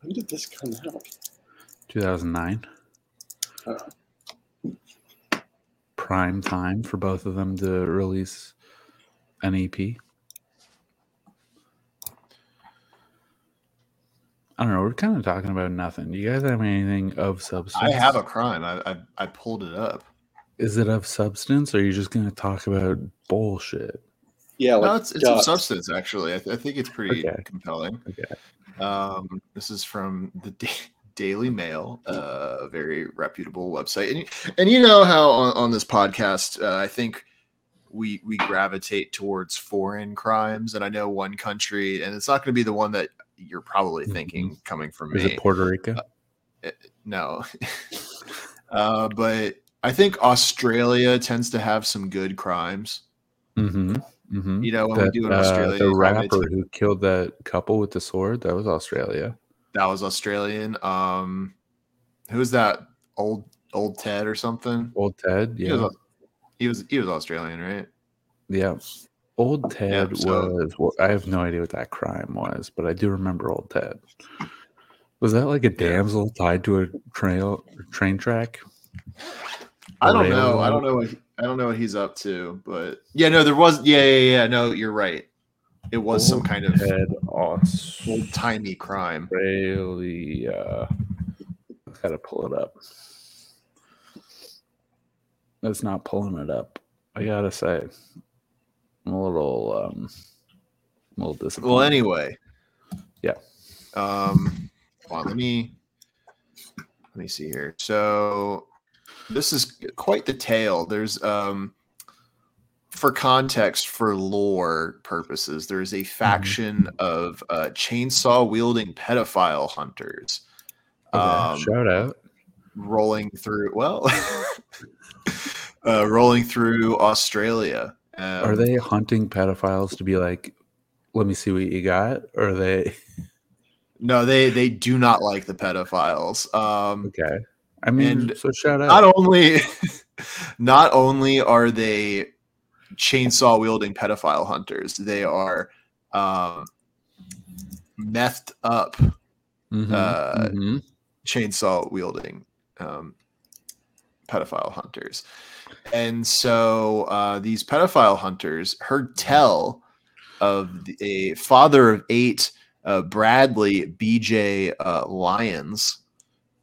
Speaker 4: When did this come out?
Speaker 2: 2009. Prime time for both of them to release an E EP. I don't know. We're kind of talking about nothing. Do you guys have anything of
Speaker 3: I
Speaker 2: substance?
Speaker 3: have a crime. I I, I pulled it up.
Speaker 2: Is it of substance, or are you just going to talk about bullshit?
Speaker 4: Yeah, like
Speaker 3: No, it's, it's of
Speaker 4: ducks.
Speaker 3: substance actually. I, th- I think it's pretty
Speaker 2: Okay.
Speaker 3: compelling.
Speaker 2: Okay.
Speaker 3: Um, this is from the da- Daily Mail, uh, a very reputable website, and you- and you know how on, on this podcast, uh, I think we we gravitate towards foreign crimes, and I know one country, and it's not going to be the one that you're probably
Speaker 2: Mhm.
Speaker 3: thinking coming from
Speaker 2: Is
Speaker 3: me.
Speaker 2: it Puerto
Speaker 3: Uh,
Speaker 2: Rico?
Speaker 3: no. (laughs) uh, but I think Australia tends to have some good crimes.
Speaker 2: Mm-hmm. Mm-hmm.
Speaker 3: You know, when
Speaker 2: That,
Speaker 3: we do in
Speaker 2: uh,
Speaker 3: Australia,
Speaker 2: the
Speaker 3: crime, it's-
Speaker 2: rapper who killed that couple with the sword, that was Australia.
Speaker 3: that was Australian. Um, who was that old old Ted or something?
Speaker 2: Old Ted,
Speaker 3: He was,
Speaker 2: yeah.
Speaker 3: Aus- he was he was Australian, right?
Speaker 2: Yeah. Old Ted
Speaker 3: so-
Speaker 2: was well, I have no idea what that crime was, but I do remember old Ted. Was that like a damsel tied to a trail train track?
Speaker 3: I don't know. I
Speaker 2: Railroad?
Speaker 3: don't know. What, I don't know what he's up to, but yeah, no, there was. Yeah, yeah, yeah. No, you're right. It was some
Speaker 2: Old
Speaker 3: kind of
Speaker 2: Ted
Speaker 3: old timey crime.
Speaker 2: Australia. I gotta pull it up. That's not pulling it up. I gotta say, I'm a little, um, a little disappointed.
Speaker 3: Well, anyway.
Speaker 2: Yeah.
Speaker 3: Um, hold on, let me let me see here. So this is quite the tale. There's um for context, for lore purposes, there is
Speaker 2: Mm-hmm.
Speaker 3: a faction of uh, chainsaw wielding pedophile hunters
Speaker 2: Okay,
Speaker 3: um,
Speaker 2: shout out.
Speaker 3: rolling through. Well, (laughs) uh, rolling through Australia. Um,
Speaker 2: Are they hunting pedophiles to be like, let me see what you got? Or are they (laughs)
Speaker 3: No, they they do not like the pedophiles. Um,
Speaker 2: okay? I mean,
Speaker 3: And
Speaker 2: so shout out.
Speaker 3: not only (laughs) not only are they chainsaw wielding pedophile hunters, they are um, methed up
Speaker 2: Mhm,
Speaker 3: uh,
Speaker 2: mhm.
Speaker 3: chainsaw wielding um, pedophile hunters. And so uh, these pedophile hunters heard tell of the, a father of eight, uh, Bradley BJ uh, Lyons,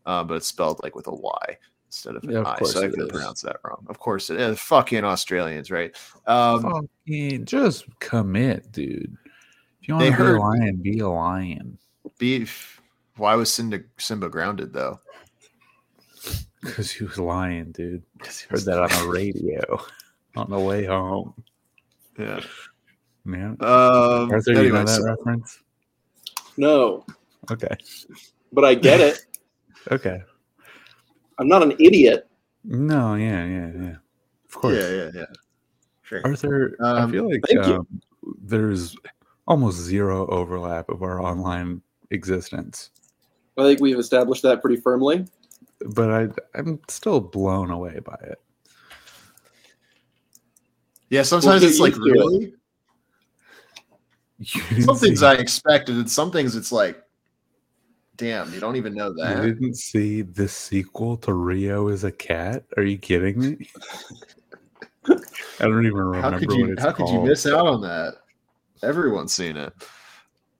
Speaker 3: uh, but it's spelled like with a Y instead of an
Speaker 2: Yeah, of
Speaker 3: I.
Speaker 2: course
Speaker 3: So I
Speaker 2: it
Speaker 3: could
Speaker 2: is.
Speaker 3: pronounce that wrong. Of course it is. Fucking Australians, right? Um,
Speaker 2: Fucking just commit, dude. If you want
Speaker 3: They
Speaker 2: to be
Speaker 3: heard-
Speaker 2: a lion, be a lion.
Speaker 3: Beef. Why was Simba, Simba grounded though?
Speaker 2: Because he was lying, dude. Heard that on
Speaker 3: (laughs)
Speaker 2: the radio on the way home.
Speaker 3: Yeah.
Speaker 2: Man,
Speaker 3: Um,
Speaker 2: Arthur, you know
Speaker 3: anyway,
Speaker 2: that
Speaker 3: so-
Speaker 2: reference?
Speaker 4: no,
Speaker 2: Okay,
Speaker 4: but I get it.
Speaker 2: okay.
Speaker 4: I'm not an idiot.
Speaker 2: No, yeah, yeah, yeah. Of course,
Speaker 3: yeah, yeah, yeah. Sure.
Speaker 2: Arthur. I
Speaker 3: Um,
Speaker 2: feel like
Speaker 4: thank you.
Speaker 2: um, there's almost zero overlap of our online existence,
Speaker 4: I think we've established that pretty firmly.
Speaker 2: but I, I'm still blown away by it. (laughs)
Speaker 3: Yeah, sometimes
Speaker 4: get
Speaker 3: it's like
Speaker 4: used to it.
Speaker 3: really
Speaker 2: You didn't
Speaker 3: some things
Speaker 2: see-
Speaker 3: I expected, and some things it's like, damn, you don't even know
Speaker 2: You
Speaker 3: that.
Speaker 2: didn't see the sequel to Rio is a cat? Are you kidding me? I don't even remember
Speaker 3: How could
Speaker 2: what
Speaker 3: you?
Speaker 2: it's
Speaker 3: How could
Speaker 2: called.
Speaker 3: you miss out on that? Everyone's seen it.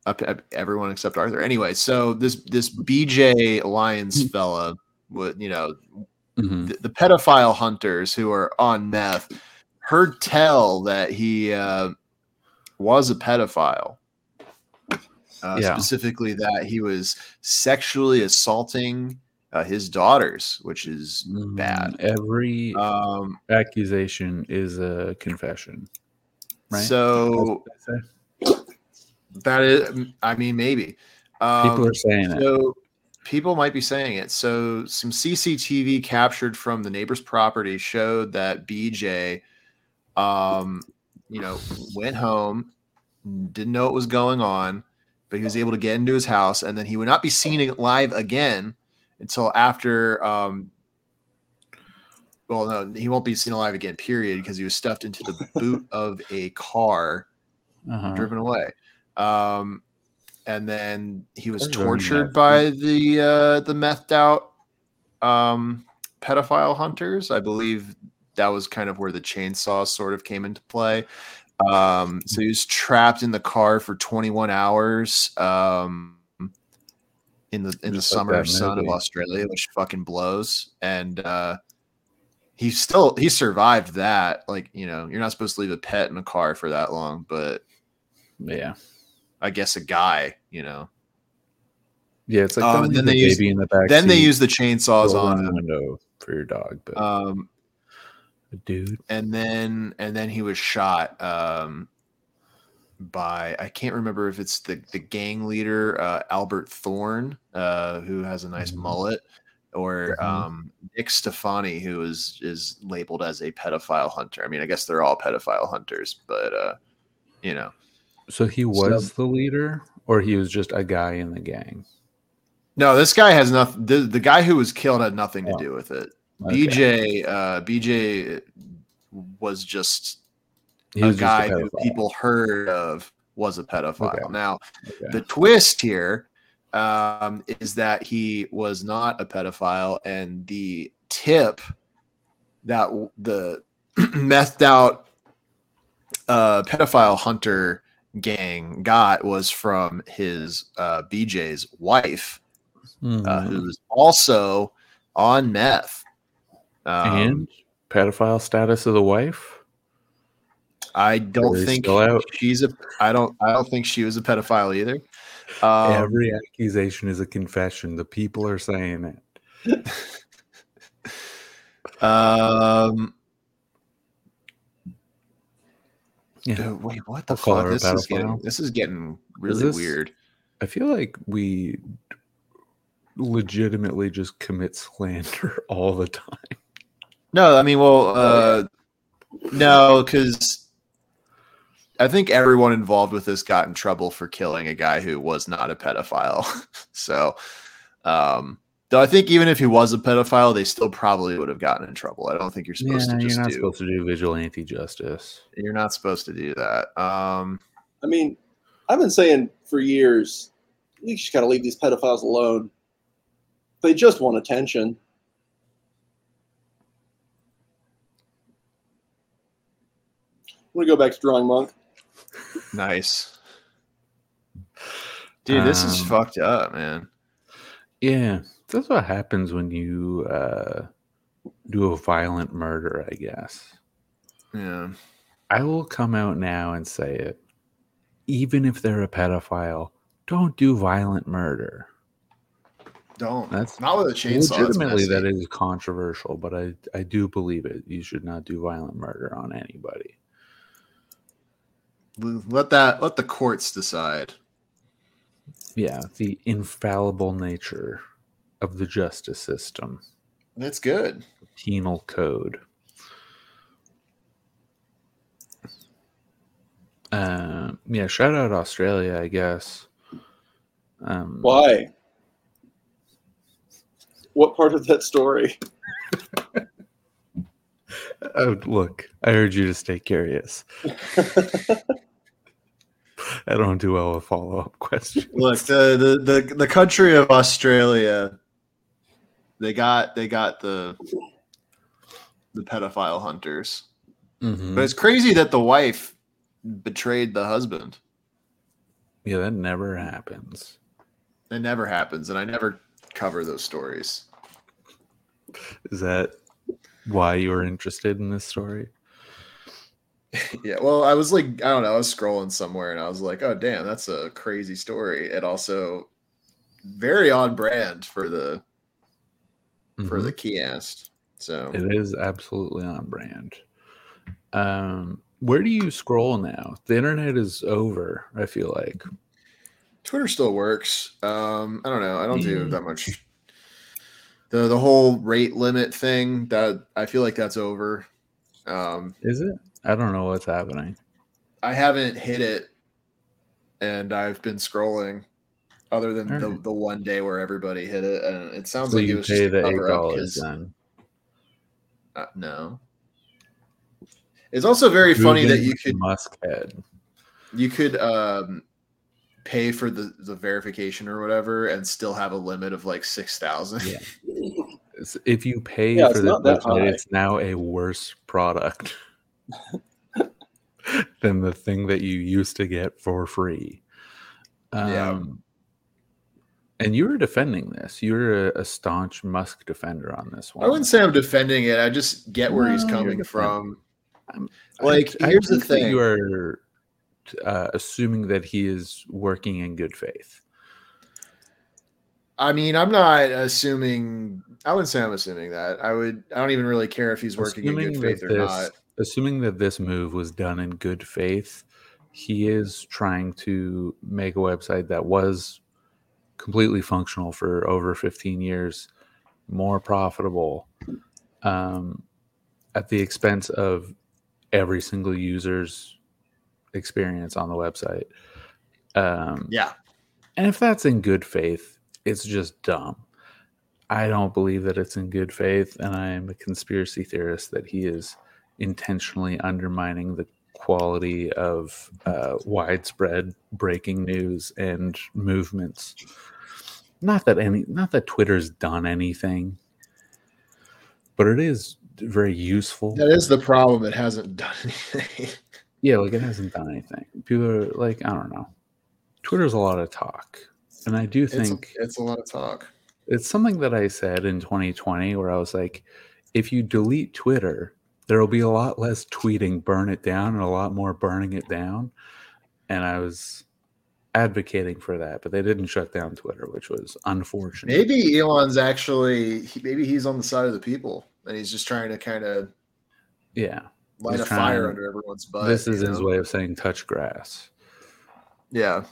Speaker 3: Up, up- everyone except Arthur. Anyway, so this this BJ
Speaker 2: (laughs)
Speaker 3: Lyons fella, wa- you know,
Speaker 2: Mhm.
Speaker 3: the, the pedophile hunters who are on meth, heard tell that he uh, was a pedophile. Uh,
Speaker 2: Yeah.
Speaker 3: Specifically, that he was sexually assaulting uh, his daughters, which is bad.
Speaker 2: Mm, Every
Speaker 3: Um,
Speaker 2: accusation is a confession. Right?
Speaker 3: So
Speaker 2: That's what
Speaker 3: that is, I mean, maybe
Speaker 2: I say. people
Speaker 3: um,
Speaker 2: are saying it.
Speaker 3: So people might be saying it. So some CCTV captured from the neighbor's property showed that BJ, um, you know, went home, didn't know what was going on, but he was able to get into his house, and then he would not be seen live again until after. Um, well, no, he won't be seen alive again. Period, because he was stuffed into the boot of a car
Speaker 2: Uh-huh.
Speaker 3: driven away. Um, and then he was
Speaker 2: That's very
Speaker 3: tortured
Speaker 2: messed
Speaker 3: by the uh, the methed out um, pedophile hunters. I believe that was kind of where the chainsaw sort of came into play. Um, so he was trapped in the car for 21 hours um, in the in the
Speaker 2: Just like
Speaker 3: summer
Speaker 2: that
Speaker 3: sun of
Speaker 2: movie.
Speaker 3: Australia, which fucking blows. And uh, he still he survived that. Like you know, you're not supposed to leave a pet in a car for that long, but
Speaker 2: Yeah.
Speaker 3: I guess a guy, you know.
Speaker 2: Yeah, it's like
Speaker 3: Um,
Speaker 2: don't
Speaker 3: and
Speaker 2: leave
Speaker 3: then
Speaker 2: the
Speaker 3: they used-
Speaker 2: baby in the back.
Speaker 3: Then they
Speaker 2: seat,
Speaker 3: use the chainsaws
Speaker 2: roll
Speaker 3: on
Speaker 2: down the
Speaker 3: him.
Speaker 2: window for your dog, but
Speaker 3: Um,
Speaker 2: dude,
Speaker 3: and then and then he was shot um by I can't remember if it's the the gang leader uh Albert Thorne uh who has a nice
Speaker 2: Mhm.
Speaker 3: mullet or
Speaker 2: Mhm.
Speaker 3: um Nick Stefani who is is labeled as a pedophile hunter. I mean, I guess they're all pedophile hunters, but uh you know.
Speaker 2: so he was the leader or he was just a guy in the gang?
Speaker 3: No, this guy has nothing the, the guy who was killed had nothing to
Speaker 2: Oh.
Speaker 3: do with it.
Speaker 2: Okay.
Speaker 3: BJ uh BJ was just
Speaker 2: He
Speaker 3: a
Speaker 2: was just
Speaker 3: guy who
Speaker 2: pedophile.
Speaker 3: people heard of was a pedophile.
Speaker 2: Okay.
Speaker 3: Now,
Speaker 2: Okay.
Speaker 3: the twist here um, is that he was not a pedophile, and the tip that w- the (clears throat) methed out uh, pedophile hunter gang got was from his uh, BJ's wife, uh,
Speaker 2: Mhm.
Speaker 3: who was also on meth. Um,
Speaker 2: and pedophile status of the wife.
Speaker 3: I don't
Speaker 2: Jury's
Speaker 3: think
Speaker 2: still out.
Speaker 3: she's a. I don't. I don't think she was a pedophile either. Um,
Speaker 2: Every accusation is a confession. The people are saying it.
Speaker 3: um,
Speaker 2: Yeah.
Speaker 3: uh, wait, what the
Speaker 2: I'll call
Speaker 3: fuck?
Speaker 2: her a
Speaker 3: This is getting.
Speaker 2: pedophile.
Speaker 3: This is getting really
Speaker 2: this-
Speaker 3: weird.
Speaker 2: I feel like we legitimately just commit slander (laughs) all the time.
Speaker 3: No, I mean, well,
Speaker 2: Oh,
Speaker 3: uh, no, because I think everyone involved with this got in trouble for killing a guy who was not a pedophile. (laughs) so, um, though I think even if he was a pedophile, they still probably would have gotten in trouble. I don't think you're supposed to just
Speaker 2: you're not
Speaker 3: do.
Speaker 2: supposed to do vigilante justice.
Speaker 3: You're not supposed to do that. Um,
Speaker 4: I mean, I've been saying for years, you just gotta leave these pedophiles alone. They just want attention. I'm gonna go back to drawing monk.
Speaker 3: nice, dude. This is
Speaker 2: Um,
Speaker 3: fucked up, man.
Speaker 2: Yeah, that's what happens when you uh, do a violent murder. I guess
Speaker 3: Yeah,
Speaker 2: I will come out now and say it. Even if they're a pedophile, don't do violent murder.
Speaker 3: don't.
Speaker 2: That's
Speaker 3: Not with a chainsaw. it's
Speaker 2: legitimately
Speaker 3: messy.
Speaker 2: that is controversial, but I I do believe it. You should not do violent murder on anybody.
Speaker 3: let that let the courts decide.
Speaker 2: Yeah, the infallible nature of the justice system,
Speaker 3: That's good.
Speaker 2: penal code. Um, yeah, shout out Australia, I guess. Um,
Speaker 4: Why? What part of that story?
Speaker 2: Oh, look, I urge you to stay curious. I don't do well with follow up (laughs) questions.
Speaker 3: Look, the, the the the country of Australia, they got they got the the pedophile hunters.
Speaker 2: Mhm.
Speaker 3: But it's crazy that the wife betrayed the husband.
Speaker 2: Yeah, that never happens.
Speaker 3: That never happens, and I never cover those stories.
Speaker 2: Is that why you were interested in this story?
Speaker 3: Yeah, well, I was like, I don't know, I was scrolling somewhere and I was like, oh damn, that's a crazy story. And also very on brand for the for the kiosk. So
Speaker 2: Mhm. It is absolutely on brand. Um, where do you scroll now? The internet is over, I feel like.
Speaker 3: Twitter still works. Um, I don't know. I don't do
Speaker 2: Mm.
Speaker 3: that much. The the whole rate limit thing that I feel like that's over. Um,
Speaker 2: Is it? I don't know what's happening.
Speaker 3: I haven't hit it, and I've been scrolling. Other than the,
Speaker 2: Alright.
Speaker 3: the one day where everybody hit it, and it sounds
Speaker 2: So
Speaker 3: like it
Speaker 2: you
Speaker 3: was just
Speaker 2: pay
Speaker 3: a
Speaker 2: the eight
Speaker 3: cover up
Speaker 2: dollars
Speaker 3: 'cause-
Speaker 2: then.
Speaker 3: uh, no. It's also very funny that you could
Speaker 2: Musk head.
Speaker 3: you could um pay for the the verification or whatever and still have a limit of like 6000
Speaker 2: Yeah. It's- If you pay
Speaker 4: Yeah,
Speaker 2: for
Speaker 4: it's
Speaker 2: this
Speaker 4: not that high.
Speaker 2: website, it's now a worse
Speaker 3: (laughs)
Speaker 2: product than the thing that you used to get for free. Um,
Speaker 3: Yeah.
Speaker 2: And you were defending this. You were a, a staunch Musk defender on this one.
Speaker 3: I wouldn't say I'm defending it. I just get where he's
Speaker 2: No, you're
Speaker 3: coming
Speaker 2: defending-
Speaker 3: from.
Speaker 2: I'm-
Speaker 3: like,
Speaker 2: I
Speaker 3: here's the
Speaker 2: think that
Speaker 3: thing.
Speaker 2: you are uh, assuming that he is working in good faith.
Speaker 3: I mean, I'm not assuming. I wouldn't say I'm assuming that. I would. I don't even really care if he's working in good
Speaker 2: Assuming that
Speaker 3: faith or
Speaker 2: this-
Speaker 3: not.
Speaker 2: Assuming that this move was done in good faith, he is trying to make a website that was completely functional for over 15 years more profitable um, at the expense of every single user's experience on the website. Um,
Speaker 3: Yeah,
Speaker 2: and if that's in good faith, it's just dumb. I don't believe that it's in good faith, and I am a conspiracy theorist that he is intentionally undermining the quality of uh, widespread breaking news and movements. Not that any, not that Twitter's done anything, but it is very useful.
Speaker 3: that is the problem. It hasn't done (laughs) anything.
Speaker 2: Yeah, like it hasn't done anything. People are like, I don't know. Twitter's a lot of talk, and I do
Speaker 3: It's,
Speaker 2: think
Speaker 3: it's a lot of talk.
Speaker 2: it's something that I said in 2020 where I was like, if you delete Twitter, there will be a lot less tweeting burn it down and a lot more burning it down. And I was advocating for that, but they didn't shut down Twitter, which was unfortunate.
Speaker 3: Maybe Elon's actually. he- Maybe he's on the side of the people, and he's just trying to kind of
Speaker 2: Yeah.
Speaker 3: light
Speaker 2: He's
Speaker 3: a fire
Speaker 2: trying-
Speaker 3: under everyone's butt.
Speaker 2: this is
Speaker 3: you
Speaker 2: his
Speaker 3: know?
Speaker 2: way of saying touch grass.
Speaker 3: Yeah.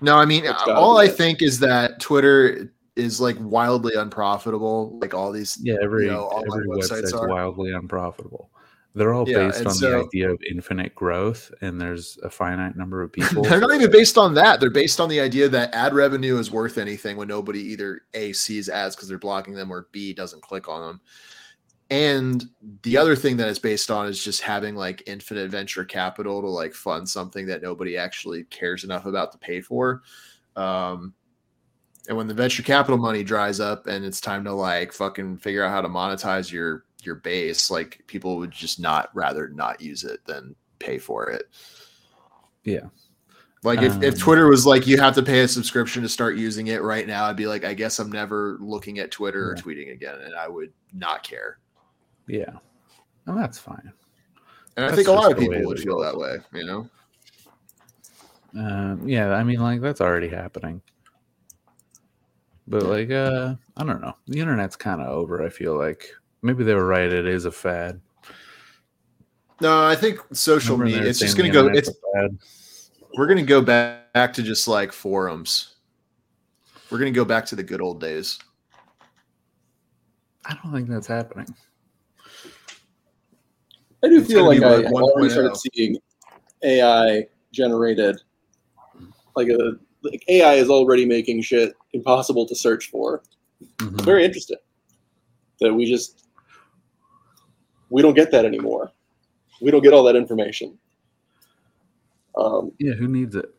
Speaker 3: No, I mean,
Speaker 4: It's gotta
Speaker 3: all
Speaker 4: be
Speaker 3: I
Speaker 4: it.
Speaker 3: think is that Twitter is like wildly unprofitable. Like all these
Speaker 2: Yeah, every
Speaker 3: know, online
Speaker 2: every
Speaker 3: websites
Speaker 2: website's
Speaker 3: are.
Speaker 2: wildly unprofitable. They're all
Speaker 3: Yeah,
Speaker 2: based
Speaker 3: and
Speaker 2: on the
Speaker 3: so-
Speaker 2: idea of infinite growth, and there's a finite number of
Speaker 3: (laughs)
Speaker 2: people.
Speaker 3: They're not even based on that. They're based on the idea that ad revenue is worth anything when nobody either A sees ads because they're blocking them or B doesn't click on them. And the other thing that it's based on is just having like infinite venture capital to like fund something that nobody actually cares enough about to pay for. Um, and when the venture capital money dries up and it's time to like fucking figure out how to monetize your your base, like people would just not rather not use it than pay for it.
Speaker 2: Yeah.
Speaker 3: Like if, if
Speaker 2: Um,
Speaker 3: Twitter was like you have to pay a subscription to start using it right now, I'd be like, I guess I'm never looking at Twitter or
Speaker 2: Yeah.
Speaker 3: tweeting again, and I would not care.
Speaker 2: yeah, and that's fine.
Speaker 3: And I
Speaker 2: That's
Speaker 3: think a lot
Speaker 2: just
Speaker 3: of
Speaker 2: the way
Speaker 3: people would
Speaker 2: it
Speaker 3: feel
Speaker 2: goes.
Speaker 3: that way, you know.
Speaker 2: Um, yeah, I mean, like that's already happening. But like, uh, I don't know. The internet's kind of over. I feel like maybe they were right. It is a fad.
Speaker 3: No, I think social
Speaker 2: Remember when they
Speaker 3: media.
Speaker 2: were
Speaker 3: It's just
Speaker 2: saying
Speaker 3: gonna
Speaker 2: the
Speaker 3: go.
Speaker 2: internet's
Speaker 3: It's
Speaker 2: a fad.
Speaker 3: we're gonna go back, back to just like forums. We're gonna go back to the good old days.
Speaker 2: I don't think that's happening.
Speaker 4: I do
Speaker 3: It's
Speaker 4: feel
Speaker 3: gonna
Speaker 4: like
Speaker 3: be
Speaker 4: I
Speaker 3: like
Speaker 4: I already
Speaker 3: 1.0.
Speaker 4: started seeing AI generated, like a like AI is already making shit impossible to search for.
Speaker 2: Mhm.
Speaker 3: Mm-hmm.
Speaker 4: Very interesting that we just we don't get that anymore. We don't get all that information. Um,
Speaker 2: Yeah, who needs it?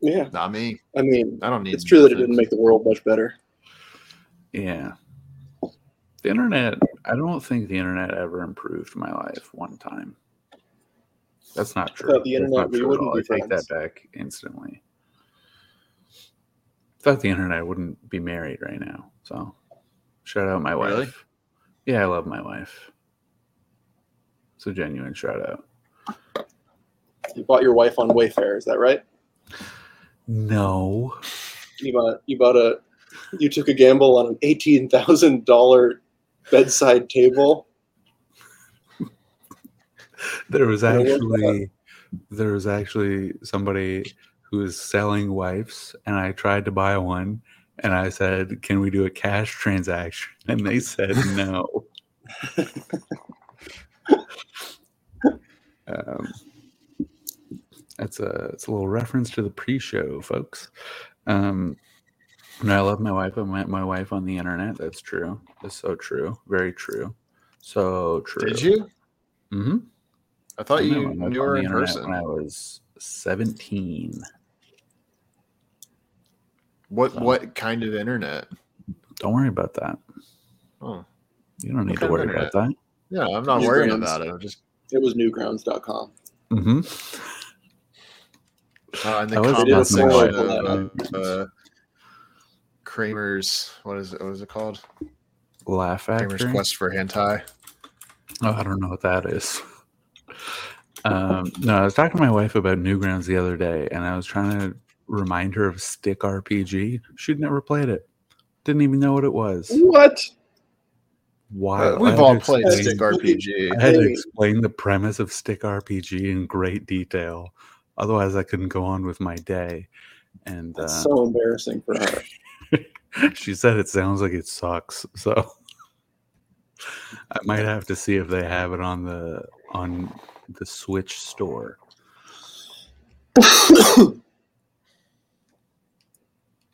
Speaker 4: yeah,
Speaker 3: Not me.
Speaker 4: I mean,
Speaker 3: I don't need.
Speaker 4: it's true that it
Speaker 3: nothing.
Speaker 4: didn't make the world much better.
Speaker 2: Yeah. The internet, I don't think the internet ever improved my life one time. That's not true.
Speaker 4: Without the
Speaker 2: That's
Speaker 4: internet,
Speaker 2: not
Speaker 4: we
Speaker 2: true at
Speaker 4: wouldn't
Speaker 2: all.
Speaker 4: be
Speaker 2: I take that
Speaker 4: friends.
Speaker 2: back instantly. Without the internet, I wouldn't be married right now. So, shout out my wife.
Speaker 3: Really?
Speaker 2: Yeah, I love my wife. It's a genuine shout out.
Speaker 4: You bought your wife on Wayfair, is that right?
Speaker 2: No.
Speaker 4: You bought you bought a you took a gamble on an eighteen thousand dollar bedside table.
Speaker 2: there was
Speaker 4: I remember
Speaker 2: actually there was actually somebody who was selling wipes and i tried to buy one and i said can we do a cash transaction (laughs) and they said no
Speaker 3: (laughs)
Speaker 2: um, that's a it's a little reference to the pre-show folks um no, I love my wife. I met my wife on the internet. That's true. That's so true. Very true. So true.
Speaker 3: Did you?
Speaker 2: hmm
Speaker 3: I thought
Speaker 2: I met
Speaker 3: you
Speaker 2: my wife
Speaker 3: knew
Speaker 2: on
Speaker 3: her
Speaker 2: the
Speaker 3: in
Speaker 2: internet
Speaker 3: person.
Speaker 2: When I was 17.
Speaker 3: What
Speaker 2: So.
Speaker 3: what kind of internet?
Speaker 2: Don't worry about that.
Speaker 3: Oh,
Speaker 2: You don't need
Speaker 3: Okay,
Speaker 2: to worry
Speaker 3: internet.
Speaker 2: about that.
Speaker 3: yeah, I'm not
Speaker 4: Newgrounds.
Speaker 3: worrying about it. I'm just
Speaker 4: It was newgrounds.com.
Speaker 2: Mm-hmm.
Speaker 3: uh, in the
Speaker 2: I was
Speaker 4: did a
Speaker 3: comments
Speaker 4: similar
Speaker 3: section
Speaker 4: collab.
Speaker 3: of uh, uh, Kramer's. What is it? What is it called?
Speaker 2: Laugh
Speaker 3: Kramer's
Speaker 2: Factory.
Speaker 3: Quest for Hentai.
Speaker 2: Oh, I don't know what that is. Um, no, I was talking to my wife about Newgrounds the other day, and I was trying to remind her of Stick RPG. She'd never played it. Didn't even know what it was.
Speaker 4: What?
Speaker 2: Wow. I
Speaker 3: Uh, We've
Speaker 2: had
Speaker 3: all
Speaker 2: to
Speaker 3: played (laughs)
Speaker 2: explain-
Speaker 3: Stick RPG.
Speaker 2: I had to
Speaker 4: Hey.
Speaker 2: explain the premise of Stick RPG in great detail. Otherwise, I couldn't go on with my day. And
Speaker 4: That's
Speaker 2: uh,
Speaker 4: so embarrassing for her.
Speaker 2: (laughs) she said it sounds like it sucks. So I might have to see if they have it on the on the Switch store.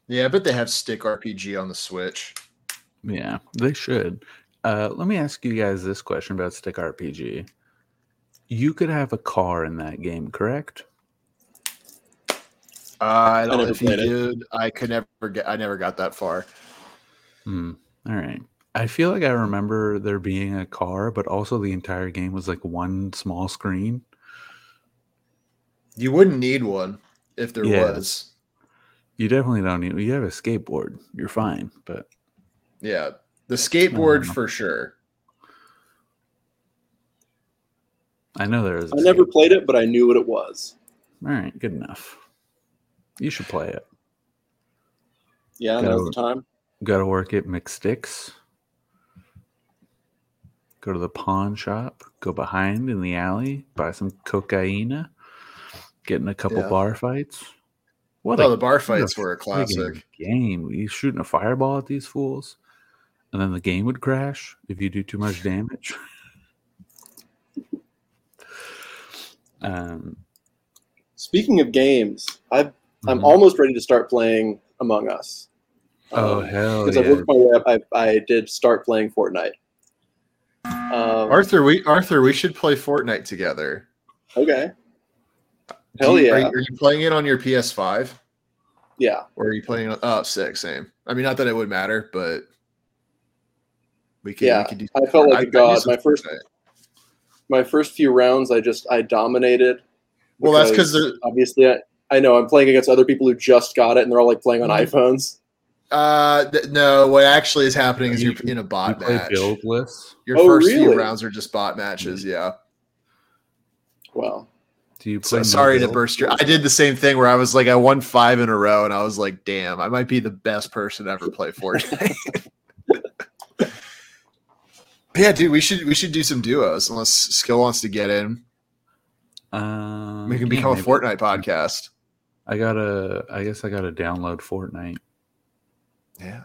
Speaker 3: Yeah, I bet they have Stick RPG on the Switch.
Speaker 2: Yeah, they should. Uh, let me ask you guys this question about Stick RPG. You could have a car in that game, correct?
Speaker 3: Uh, I
Speaker 4: I
Speaker 3: don't know
Speaker 4: never
Speaker 3: if you
Speaker 4: played it.
Speaker 3: did. I could never get. I never got that far.
Speaker 2: Hmm. All right. I feel like I remember there being a car, but also the entire game was like one small screen.
Speaker 3: You wouldn't need one if there
Speaker 2: Yeah.
Speaker 3: was.
Speaker 2: You definitely don't need. You have a skateboard. You're fine. But
Speaker 3: Yeah, the skateboard
Speaker 2: Mhm.
Speaker 3: for sure.
Speaker 2: I know there is. a
Speaker 4: I never
Speaker 2: skateboard.
Speaker 4: played it, but I knew what it was.
Speaker 2: All right. Good enough. You should play it.
Speaker 4: Yeah, that was the time.
Speaker 2: Got to work at McSticks. Go to the pawn shop. Go behind in the alley. Buy some cocaine. Get in a couple
Speaker 3: Yeah.
Speaker 2: bar fights. What
Speaker 3: oh,
Speaker 2: a
Speaker 3: the bar fights were a
Speaker 2: friggin'
Speaker 3: classic.
Speaker 2: game. You shooting a fireball at these fools, and then the game would crash if you do too much damage. (laughs) um,
Speaker 4: Speaking of games, I've, I'm
Speaker 2: mhm.
Speaker 4: almost ready to start playing Among Us.
Speaker 2: oh
Speaker 4: Um,
Speaker 2: hell
Speaker 4: because
Speaker 2: yeah!
Speaker 4: I worked my way up. I, I did start playing Fortnite. Um,
Speaker 3: Arthur, we Arthur, we should play Fortnite together.
Speaker 4: Okay.
Speaker 3: Do
Speaker 4: Hell
Speaker 3: you- Are
Speaker 4: yeah.
Speaker 3: you, are you playing it on your PS5
Speaker 4: Yeah.
Speaker 3: or are you playing it? On, oh, sick. Same. I mean, not that it would matter, but we could.
Speaker 4: Yeah,
Speaker 3: we could do
Speaker 4: I felt like a
Speaker 3: I've
Speaker 4: god.
Speaker 3: used
Speaker 4: My
Speaker 3: Fortnite.
Speaker 4: first- My first few rounds, I just I dominated.
Speaker 3: Well, that's because
Speaker 4: obviously I, I know I'm playing against other people who just got it, and they're all like playing on
Speaker 3: Mhm.
Speaker 4: iPhones.
Speaker 3: uh, th- no, what actually is happening is
Speaker 2: You-
Speaker 3: you're in a
Speaker 2: you
Speaker 3: bot
Speaker 2: play
Speaker 3: match.
Speaker 2: buildless?
Speaker 3: Your
Speaker 4: Oh,
Speaker 3: first few
Speaker 4: really?
Speaker 3: rounds are just bot matches. Yeah.
Speaker 4: Well,
Speaker 2: Do Mm-hmm. you play?
Speaker 3: So,
Speaker 2: no
Speaker 3: sorry to
Speaker 2: build?
Speaker 3: burst your. I did the same thing where I was like, I won five in a row, and I was like, damn, I might be the best person to ever
Speaker 2: (laughs)
Speaker 3: play Fortnite. yeah, dude, we should we should do some duos unless Skill wants to get in.
Speaker 2: Um,
Speaker 3: We can
Speaker 2: yeah,
Speaker 3: become a
Speaker 2: maybe.
Speaker 3: Fortnite podcast.
Speaker 2: I gotta. I guess I gotta download Fortnite.
Speaker 3: Yeah,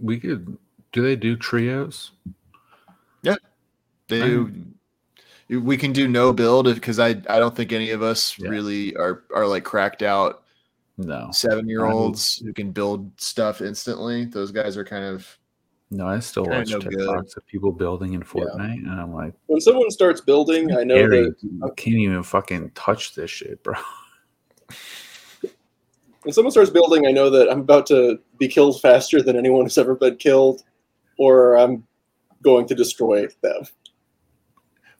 Speaker 2: We could. Do they do trios?
Speaker 3: do. We can do no build because I I don't think any of us
Speaker 2: Yeah.
Speaker 3: really are are like cracked out
Speaker 2: No.
Speaker 3: seven year olds who can build stuff instantly. Those guys are kind of
Speaker 2: No, I still
Speaker 3: Kinda
Speaker 2: watch
Speaker 3: no good.
Speaker 2: TikToks of people building in Fortnite, and I'm like,
Speaker 4: when someone starts building, I know
Speaker 2: Gary,
Speaker 4: that
Speaker 2: you can't even fucking touch this shit, bro. (laughs)
Speaker 4: when someone starts building, I know that I'm about to be killed (laughs) faster than anyone has ever been killed, or I'm going to destroy them.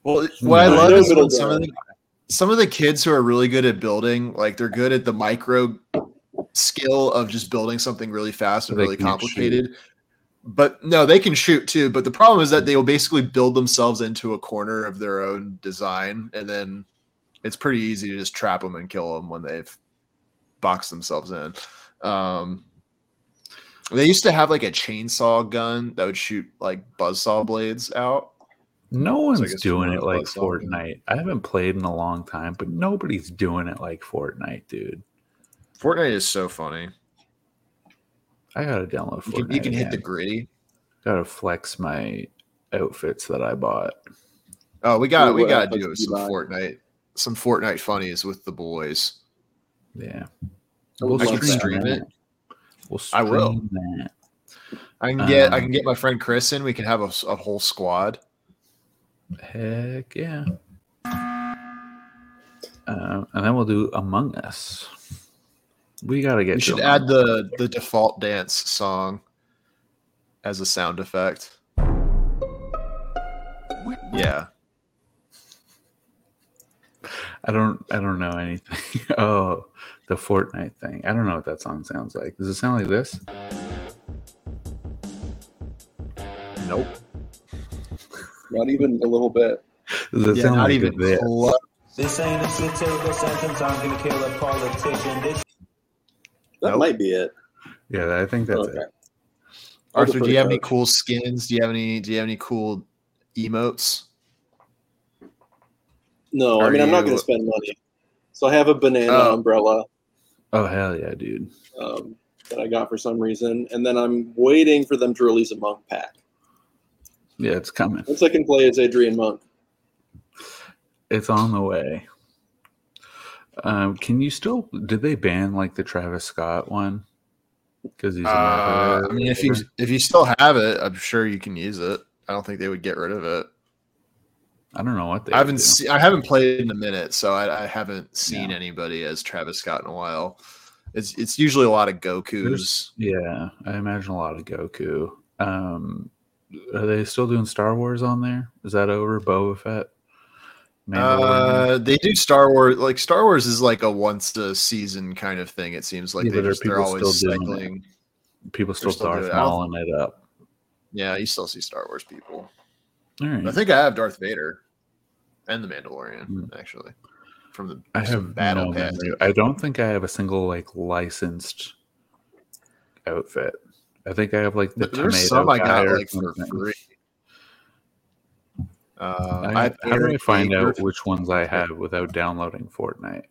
Speaker 3: Well, what I
Speaker 2: No,
Speaker 3: love
Speaker 4: no
Speaker 3: is
Speaker 4: middle
Speaker 3: when some of
Speaker 4: ground.
Speaker 3: the some of the kids who are really good at building, like they're good at the micro skill of just building something really fast and
Speaker 2: They
Speaker 3: really
Speaker 2: can't
Speaker 3: complicated. But no, they can shoot too. But the problem is that they will basically build themselves into a corner of their own design, and then it's pretty easy to just trap them and kill them when they've boxed themselves in. Um, they used to have like a chainsaw gun that would shoot like buzzsaw blades out.
Speaker 2: No
Speaker 3: So I
Speaker 2: one's
Speaker 3: guess
Speaker 2: doing
Speaker 3: we're
Speaker 2: it
Speaker 3: not
Speaker 2: like
Speaker 3: plus something.
Speaker 2: Fortnite. I haven't played in a long time, but nobody's doing it like Fortnite, dude.
Speaker 3: Fortnite is so funny.
Speaker 2: I gotta download
Speaker 3: You
Speaker 2: Fortnite.
Speaker 3: can, you can hit the
Speaker 2: again.
Speaker 3: gritty.
Speaker 2: Gotta flex my outfits that I bought.
Speaker 3: Oh, we got
Speaker 4: Ooh,
Speaker 3: we
Speaker 4: what
Speaker 3: got to
Speaker 4: outfits
Speaker 3: do
Speaker 4: did you
Speaker 3: some
Speaker 4: buy?
Speaker 3: Fortnite, some Fortnite funnies with the boys.
Speaker 2: Yeah,
Speaker 4: I would love
Speaker 3: that. Stream it.
Speaker 2: We'll
Speaker 3: I
Speaker 2: stream
Speaker 3: will.
Speaker 2: that.
Speaker 3: I can get I
Speaker 2: Um,
Speaker 3: can get my friend Chris in. We can have a, s- a whole squad.
Speaker 2: Heck yeah. Um, and then we'll do Among Us. We gotta get.
Speaker 3: We
Speaker 2: to
Speaker 3: should
Speaker 2: Among
Speaker 3: add the the default dance song. as a sound effect. Yeah.
Speaker 2: I don't I don't know anything. (laughs) oh, the Fortnite thing. I don't know what that song sounds like. Does it sound like this?
Speaker 3: Nope.
Speaker 4: Not even a little bit.
Speaker 2: Does it
Speaker 3: Yeah,
Speaker 2: sound
Speaker 3: not
Speaker 2: like
Speaker 3: even
Speaker 2: this?
Speaker 3: close.
Speaker 7: This ain't a shit table sentence. I'm gonna kill a politician. This
Speaker 4: That
Speaker 3: Nope.
Speaker 4: might be it.
Speaker 2: Yeah, I think that's
Speaker 4: Okay.
Speaker 2: it.
Speaker 4: That was
Speaker 3: Arthur, do
Speaker 4: pretty
Speaker 3: you have any
Speaker 4: close.
Speaker 3: cool skins? Do you have any do you have any cool emotes?
Speaker 4: No, I
Speaker 3: Are
Speaker 4: mean I'm not
Speaker 3: you-
Speaker 4: going to spend money. So I have a banana
Speaker 3: Oh.
Speaker 4: umbrella
Speaker 2: Oh hell yeah, dude.
Speaker 4: um, that I got for some reason, and then I'm waiting for them to release a monk pack.
Speaker 2: Yeah, it's coming.
Speaker 4: Once I can play as Adrian Monk,
Speaker 2: It's on the way. Um, can you still? Did they ban like the Travis Scott one? Because he's. a
Speaker 3: Uh,
Speaker 2: rapper or
Speaker 3: I mean, if you
Speaker 2: whatever?
Speaker 3: if you still have it, I'm sure you can use it. I don't think they would get rid of it.
Speaker 2: I don't know what they.
Speaker 3: I haven't
Speaker 2: do.
Speaker 3: se- I haven't played in a minute, so I, I haven't seen
Speaker 2: No.
Speaker 3: anybody as Travis Scott in a while. It's it's usually a lot of Goku's.
Speaker 2: Yeah, I imagine a lot of Goku. Um, are they still doing Star Wars on there? Is that over? Boba Fett. Mandalorian?
Speaker 3: Uh, they do Star Wars like Star Wars is like a once a season kind of thing. It seems like
Speaker 2: Yeah,
Speaker 3: they
Speaker 2: but are
Speaker 3: just, they're
Speaker 2: people
Speaker 3: always
Speaker 2: still doing it?
Speaker 3: cycling.
Speaker 2: People still,
Speaker 3: they're still
Speaker 2: Darth
Speaker 3: doing it. I don't-
Speaker 2: Mauling it up.
Speaker 3: Yeah, you still see Star Wars people.
Speaker 2: All right.
Speaker 3: I think I have Darth Vader and the Mandalorian
Speaker 2: Hmm.
Speaker 3: actually from the
Speaker 2: I have
Speaker 3: Battle
Speaker 2: no
Speaker 3: Pass.
Speaker 2: memory. I don't think I have a single like licensed outfit. I think I have like the
Speaker 3: Th- there's
Speaker 2: tomato
Speaker 3: some I
Speaker 2: guy
Speaker 3: got
Speaker 2: or
Speaker 3: like for
Speaker 2: something.
Speaker 3: free. Uh,
Speaker 2: I,
Speaker 3: have
Speaker 2: how do I
Speaker 3: Eric
Speaker 2: find out
Speaker 3: Ager-
Speaker 2: which ones I have without downloading Fortnite?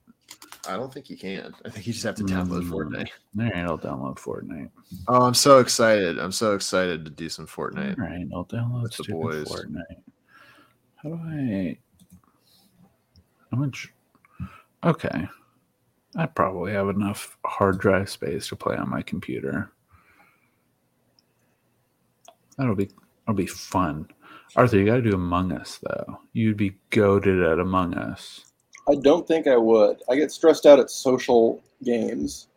Speaker 3: I don't think you can. I think you just have to download
Speaker 2: Mm.
Speaker 3: Fortnite.
Speaker 2: All right, I'll download Fortnite.
Speaker 3: Oh, I'm so excited! I'm so excited to do some Fortnite.
Speaker 2: All right, I'll download
Speaker 3: With the
Speaker 2: stupid
Speaker 3: boys.
Speaker 2: Fortnite. How do I? How much? Okay, I probably have enough hard drive space to play on my computer. That'll be that'll be fun. Arthur, you got to do Among Us though. You'd be goaded at Among Us.
Speaker 4: I don't think I would. I get stressed out at social games.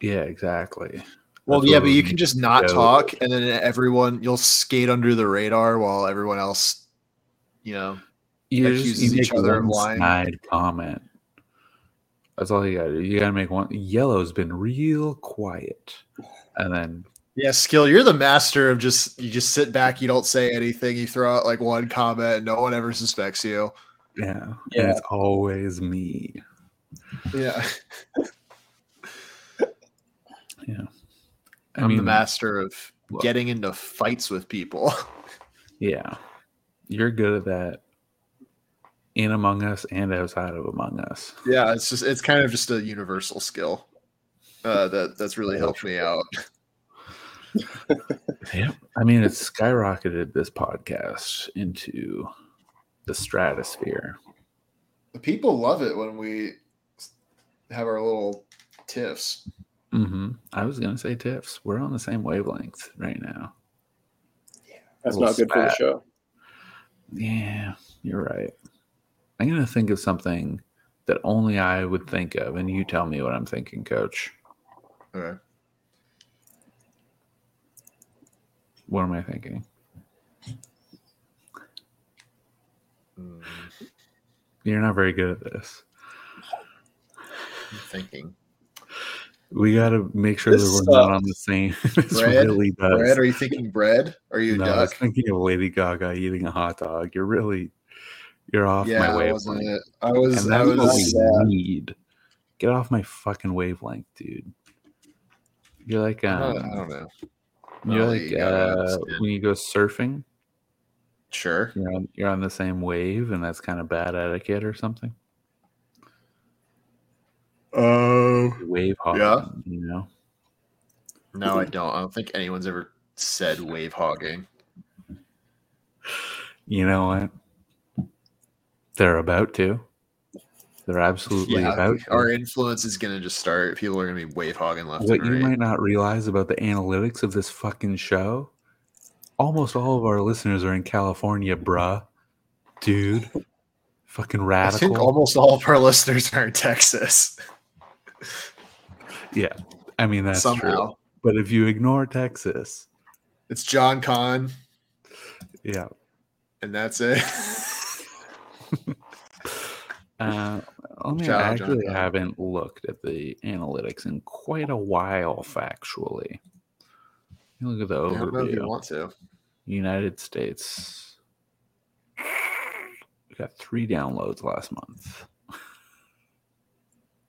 Speaker 2: Yeah, exactly.
Speaker 3: Well,
Speaker 2: That's
Speaker 3: yeah,
Speaker 2: what
Speaker 3: but
Speaker 2: would
Speaker 3: you
Speaker 2: make
Speaker 3: can just not
Speaker 2: go.
Speaker 3: talk, and then everyone you'll skate under the radar while everyone else, you know.
Speaker 2: you
Speaker 3: accuses
Speaker 2: just, you
Speaker 3: each
Speaker 2: make
Speaker 3: other of
Speaker 2: one
Speaker 3: lying.
Speaker 2: snide comment. That's all you gotta do. You gotta make one. Yellow's been real quiet, and then
Speaker 3: Yeah, skill. You're the master of just you just sit back, you don't say anything, you throw out like one comment, and no one ever suspects you.
Speaker 2: yeah,
Speaker 4: Yeah.
Speaker 2: And it's always me.
Speaker 3: (laughs) Yeah, I
Speaker 2: I
Speaker 3: am
Speaker 2: mean,
Speaker 3: the master of
Speaker 2: look.
Speaker 3: getting into fights with people.
Speaker 2: yeah, you're good at that. In Among Us and outside of Among Us,
Speaker 3: yeah, (laughs) it's just it's kind of just a universal skill uh, that that's really helped me out.
Speaker 2: yep. I mean, it's skyrocketed this podcast into the stratosphere.
Speaker 3: The people love it when we have our little tiffs.
Speaker 2: hmm I was gonna say tips. We're on the same wavelength right now.
Speaker 4: That's
Speaker 2: Little
Speaker 4: not good for the
Speaker 2: spat.
Speaker 4: show.
Speaker 2: Yeah, you're right. I'm going to think of something that only I would think of, and you tell me what I'm thinking, coach.
Speaker 3: Okay.
Speaker 2: What am I thinking?
Speaker 3: Mm,
Speaker 2: You're not very good at this.
Speaker 3: I'm thinking.
Speaker 2: We got to make sure
Speaker 4: This
Speaker 2: that we're not on the same. (laughs) this
Speaker 3: Bread?
Speaker 2: really does.
Speaker 3: Bread? Are you thinking bread? Are you a
Speaker 2: no, I was
Speaker 3: duck?
Speaker 2: thinking of Lady Gaga eating a hot dog. You're really, you're off
Speaker 3: Yeah,
Speaker 2: my
Speaker 3: I wasn't
Speaker 2: wavelength.
Speaker 3: it. I
Speaker 2: And
Speaker 3: was. uh, I
Speaker 2: that's what we
Speaker 3: was.
Speaker 2: need. Get off my fucking wavelength, dude. You're like,
Speaker 3: I
Speaker 2: um,
Speaker 3: don't, I don't know.
Speaker 2: you're
Speaker 3: Well,
Speaker 2: like
Speaker 3: you gotta
Speaker 2: uh,
Speaker 3: understand.
Speaker 2: when you go surfing.
Speaker 3: Sure.
Speaker 2: you're on, you're on the same wave and that's kind of bad etiquette or something
Speaker 3: Oh.
Speaker 2: wave hopping
Speaker 3: Yeah.
Speaker 2: you know
Speaker 3: No, I don't. I don't think anyone's ever said wave hogging.
Speaker 2: you know what they're about to they're absolutely
Speaker 3: Yeah,
Speaker 2: about to.
Speaker 3: our influence is gonna just start. People are gonna be wave hogging left
Speaker 2: what
Speaker 3: and
Speaker 2: you
Speaker 3: right.
Speaker 2: might not realize about the analytics of this fucking show almost all of our listeners are in california bruh dude fucking
Speaker 3: I
Speaker 2: radical
Speaker 3: think almost all of our (laughs) listeners are in Texas
Speaker 2: yeah i mean that's true
Speaker 3: somehow.
Speaker 2: but if you ignore texas
Speaker 6: It's John Con,
Speaker 2: Yeah.
Speaker 6: and that's
Speaker 3: (laughs)
Speaker 6: it.
Speaker 2: Uh, only
Speaker 6: Shout
Speaker 2: I
Speaker 6: out, John
Speaker 2: actually
Speaker 6: Connor.
Speaker 2: haven't looked at the analytics in quite a while, factually. You look at the
Speaker 3: I don't know if you
Speaker 2: overview.
Speaker 3: want to.
Speaker 2: United States. We got three downloads last month.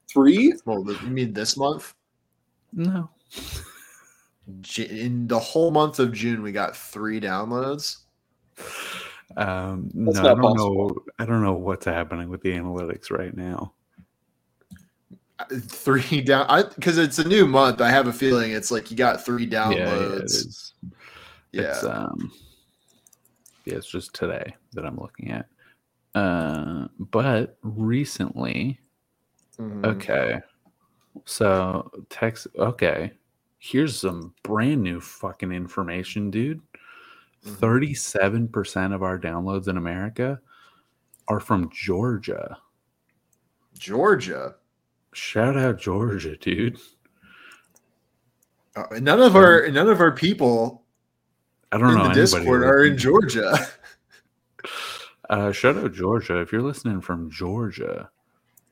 Speaker 4: Three?
Speaker 3: Well, th- you mean this month?
Speaker 2: No.
Speaker 3: Ju- In the whole month of June, we got three downloads.
Speaker 2: Um, no, I
Speaker 4: That's
Speaker 2: don't
Speaker 4: not
Speaker 2: know. I don't know what's happening with the analytics right now.
Speaker 3: Uh, Three (laughs) down, I because it's a new month. I have a feeling it's like you got three
Speaker 2: it
Speaker 3: downloads.
Speaker 2: is.
Speaker 3: Yeah,
Speaker 2: It's, um, yeah, it's just today that I'm looking at. Uh, but recently,
Speaker 3: Mhm.
Speaker 2: okay. So text. Okay, here's some brand new fucking information, dude.
Speaker 3: Mhm.
Speaker 2: Thirty-seven percent of our downloads in America are from Georgia.
Speaker 3: Georgia.
Speaker 2: Shout out Georgia, dude.
Speaker 3: Uh, and none of our and none of our people
Speaker 2: Um, I don't
Speaker 3: in
Speaker 2: know.
Speaker 3: the
Speaker 2: anybody
Speaker 3: Discord are in
Speaker 2: listening.
Speaker 3: Georgia. (laughs)
Speaker 2: Uh, shout out Georgia if you're listening from Georgia.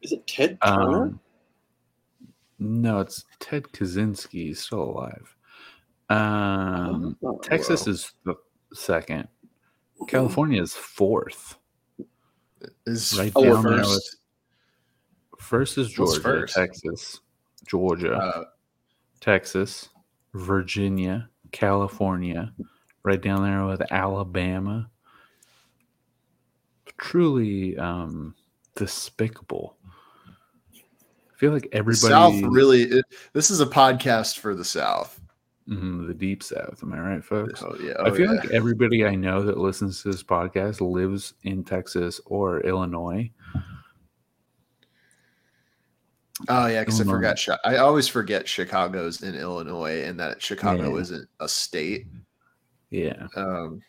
Speaker 4: Is it Ted Turner?
Speaker 2: Um, no, it's Ted Kaczynski. He's still alive. Um,
Speaker 4: Oh,
Speaker 2: Texas is the second. California is fourth.
Speaker 3: Is
Speaker 2: Right
Speaker 3: the
Speaker 4: down
Speaker 2: there
Speaker 3: first.
Speaker 2: First is
Speaker 3: What's
Speaker 2: Georgia,
Speaker 3: first?
Speaker 2: Texas, Georgia,
Speaker 3: Uh,
Speaker 2: Texas, Virginia, California, right down there with Alabama. Truly um, despicable. I feel like
Speaker 3: the
Speaker 2: everybody
Speaker 3: South really. It, this is a podcast for the South.
Speaker 2: Mhm, the deep south. Am I right, folks?
Speaker 3: Oh yeah.
Speaker 2: I
Speaker 3: oh,
Speaker 2: feel
Speaker 3: yeah.
Speaker 2: like everybody I know that listens to this podcast lives in Texas or Illinois.
Speaker 3: Oh yeah, because I
Speaker 2: Illinois.
Speaker 3: forgot. Chi- I always forget Chicago's in Illinois, and that Chicago
Speaker 2: Yeah.
Speaker 3: isn't a state.
Speaker 2: Yeah.
Speaker 3: Um,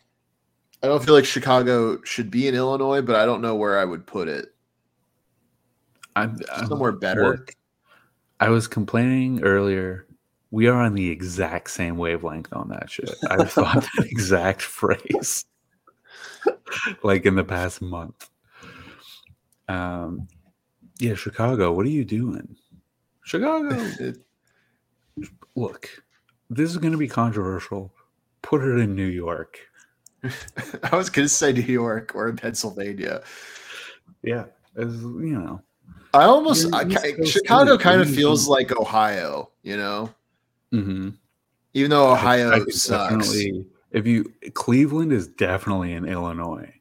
Speaker 3: I don't feel like Chicago should be in Illinois, but I don't know where I would put it.
Speaker 2: I'm, I'm-
Speaker 3: Somewhere better.
Speaker 2: look, I was complaining earlier. We are on the exact same wavelength on that
Speaker 3: (laughs)
Speaker 2: shit. I thought that exact phrase (laughs) like in the past month. Um, yeah, Chicago, what are you doing? Chicago,
Speaker 3: It-
Speaker 2: look, this is going to be controversial. Put it in New York.
Speaker 3: (laughs) I was gonna say New York or Pennsylvania.
Speaker 2: Yeah, as you know,
Speaker 3: I almost
Speaker 2: You're
Speaker 3: I,
Speaker 2: in
Speaker 3: ki-
Speaker 2: East Coast
Speaker 3: Chicago
Speaker 2: City.
Speaker 3: kind of
Speaker 2: What do you
Speaker 3: feels
Speaker 2: think?
Speaker 3: like Ohio, you know,
Speaker 2: mm-hmm.
Speaker 3: even though Ohio sucks.
Speaker 2: If you Cleveland is definitely in Illinois.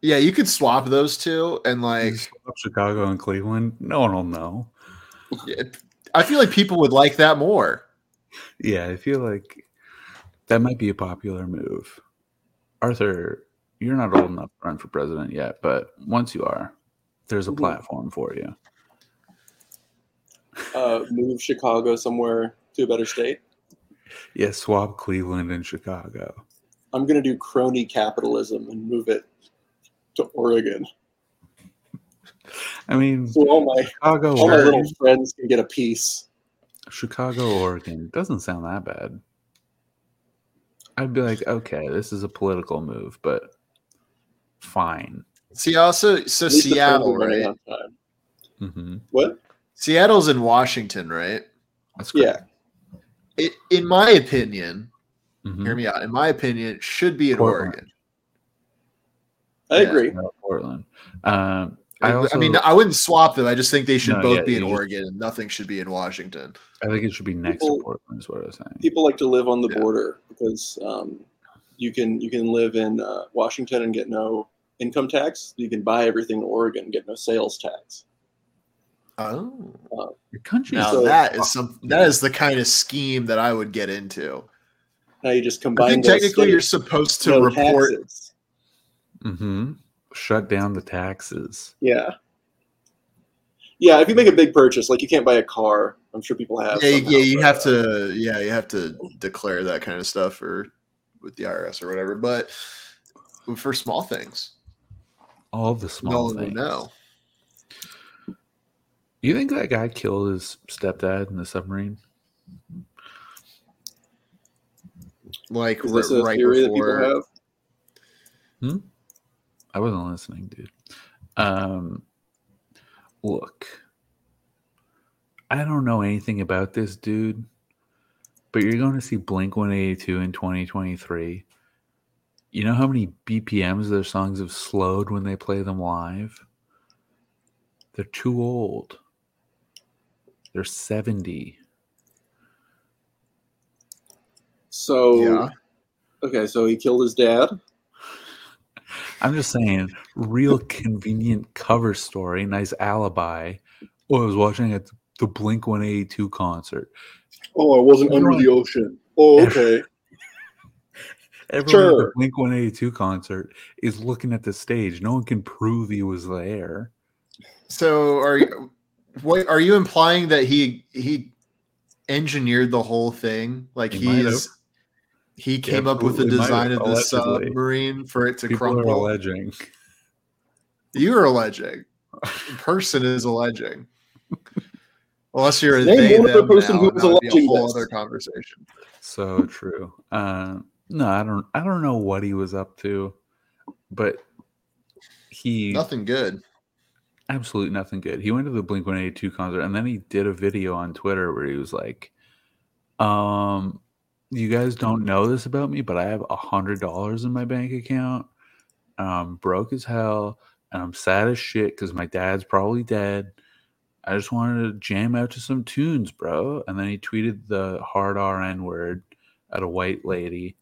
Speaker 3: Yeah, you could swap those two, and
Speaker 2: You
Speaker 3: like,
Speaker 2: swap Chicago and Cleveland, no one will know.
Speaker 3: yeah, I feel like people would like that more.
Speaker 2: Yeah, I feel like that might be a popular move. Arthur, you're not old enough to run for president yet, but once you are, there's a
Speaker 4: Mhm.
Speaker 2: platform for you.
Speaker 4: uh, move Chicago somewhere to a better state.
Speaker 2: Yeah, swap Cleveland and Chicago.
Speaker 4: I'm going to do crony capitalism and move it to Oregon.
Speaker 2: I mean,
Speaker 4: So all my
Speaker 2: Chicago,
Speaker 4: all my
Speaker 2: Oregon-
Speaker 4: little friends can get a piece.
Speaker 2: Chicago, Oregon doesn't sound that bad. I'd be like, okay, this is a political move, but fine.
Speaker 3: See, also, so
Speaker 4: At least the friends
Speaker 3: Seattle,
Speaker 4: are running
Speaker 3: right?
Speaker 4: on time.
Speaker 2: hmm
Speaker 4: What?
Speaker 3: Seattle's in Washington, right?
Speaker 2: That's great.
Speaker 4: Yeah.
Speaker 3: It, in my opinion,
Speaker 2: Mhm.
Speaker 3: hear me out. In my opinion, it should be in
Speaker 2: Portland.
Speaker 3: Oregon.
Speaker 4: I
Speaker 3: Yeah.
Speaker 4: agree.
Speaker 2: No, Portland. Um, I,
Speaker 3: I,
Speaker 2: also,
Speaker 3: I mean, I wouldn't swap them. I just think they should
Speaker 2: No,
Speaker 3: both
Speaker 2: yeah,
Speaker 3: be in
Speaker 2: you-
Speaker 3: Oregon, and nothing should be in Washington.
Speaker 2: I think it should be next
Speaker 4: people-
Speaker 2: to Portland. Is what I was saying.
Speaker 4: People like to live on the
Speaker 3: Yeah.
Speaker 4: border because um, you can you can live in uh, Washington and get no income tax. You can buy everything in Oregon and get no sales tax.
Speaker 3: Oh,
Speaker 2: Your country.
Speaker 3: now
Speaker 4: so-
Speaker 3: that is some. That is the kind of scheme that I would get into.
Speaker 4: Now you
Speaker 3: I
Speaker 4: just combine.
Speaker 3: think
Speaker 4: those
Speaker 3: technically you're
Speaker 4: states,
Speaker 3: supposed to
Speaker 4: no
Speaker 3: report.
Speaker 4: taxes.
Speaker 2: hmm Shut down the taxes.
Speaker 4: Yeah. Yeah, if you make a big purchase, like you can't buy a car. I'm sure people have.
Speaker 3: Yeah,
Speaker 4: somehow,
Speaker 3: yeah, you
Speaker 4: but,
Speaker 3: have
Speaker 4: uh,
Speaker 3: to. Yeah, you have to declare that kind of stuff or with the IRS or whatever. But for small things,
Speaker 2: All the
Speaker 3: no
Speaker 2: small
Speaker 3: one
Speaker 2: things.
Speaker 3: will know.
Speaker 2: You think that guy killed his stepdad in the submarine?
Speaker 3: like
Speaker 4: uh, Is
Speaker 3: r-
Speaker 4: this a
Speaker 3: right
Speaker 4: theory that people
Speaker 3: before.
Speaker 4: have?
Speaker 2: I wasn't listening, dude. Um, look, I don't know anything about this dude, but you're going to see Blink 182 in 2023. You know how many BPMs their songs have slowed when they play them live? They're too old. They're 70.
Speaker 4: So
Speaker 3: Yeah.
Speaker 4: okay, so he killed his dad.
Speaker 2: I'm just saying, real convenient cover story, nice alibi. Oh, I was watching at the Blink 182 concert.
Speaker 4: Oh, I wasn't
Speaker 2: under Right.
Speaker 4: under the ocean. Oh, okay.
Speaker 2: Everyone at the
Speaker 4: Sure.
Speaker 2: Blink 182 concert is looking at the stage. No one can prove he was there.
Speaker 3: So are you, what are you implying that he he engineered the whole thing? Like
Speaker 2: He might
Speaker 3: he's he came up with the
Speaker 2: absolutely might
Speaker 3: design
Speaker 2: have,
Speaker 3: of the
Speaker 2: allegedly.
Speaker 3: submarine for it to
Speaker 2: People are
Speaker 3: crumble.
Speaker 2: alleging.
Speaker 3: You're alleging. The person is alleging. Unless you're a
Speaker 4: Name
Speaker 3: they,
Speaker 4: one other
Speaker 3: them
Speaker 4: person
Speaker 3: now,
Speaker 4: who
Speaker 3: and
Speaker 4: was
Speaker 3: that would be a
Speaker 4: alleging
Speaker 3: whole
Speaker 4: this.
Speaker 3: other conversation.
Speaker 2: Hmm. So true. Uh, no, I don't. I don't know what he was up to, but he
Speaker 3: Nothing good.
Speaker 2: absolutely nothing good. He went to the Blink 182 concert and then he did a video on Twitter where he was like, um, you guys don't know this about me, but I have a hundred dollars in my bank account. I'm broke as hell and I'm sad as shit because my dad's probably dead. I just wanted to jam out to some tunes, bro. And then he tweeted the hard RN word at a white lady,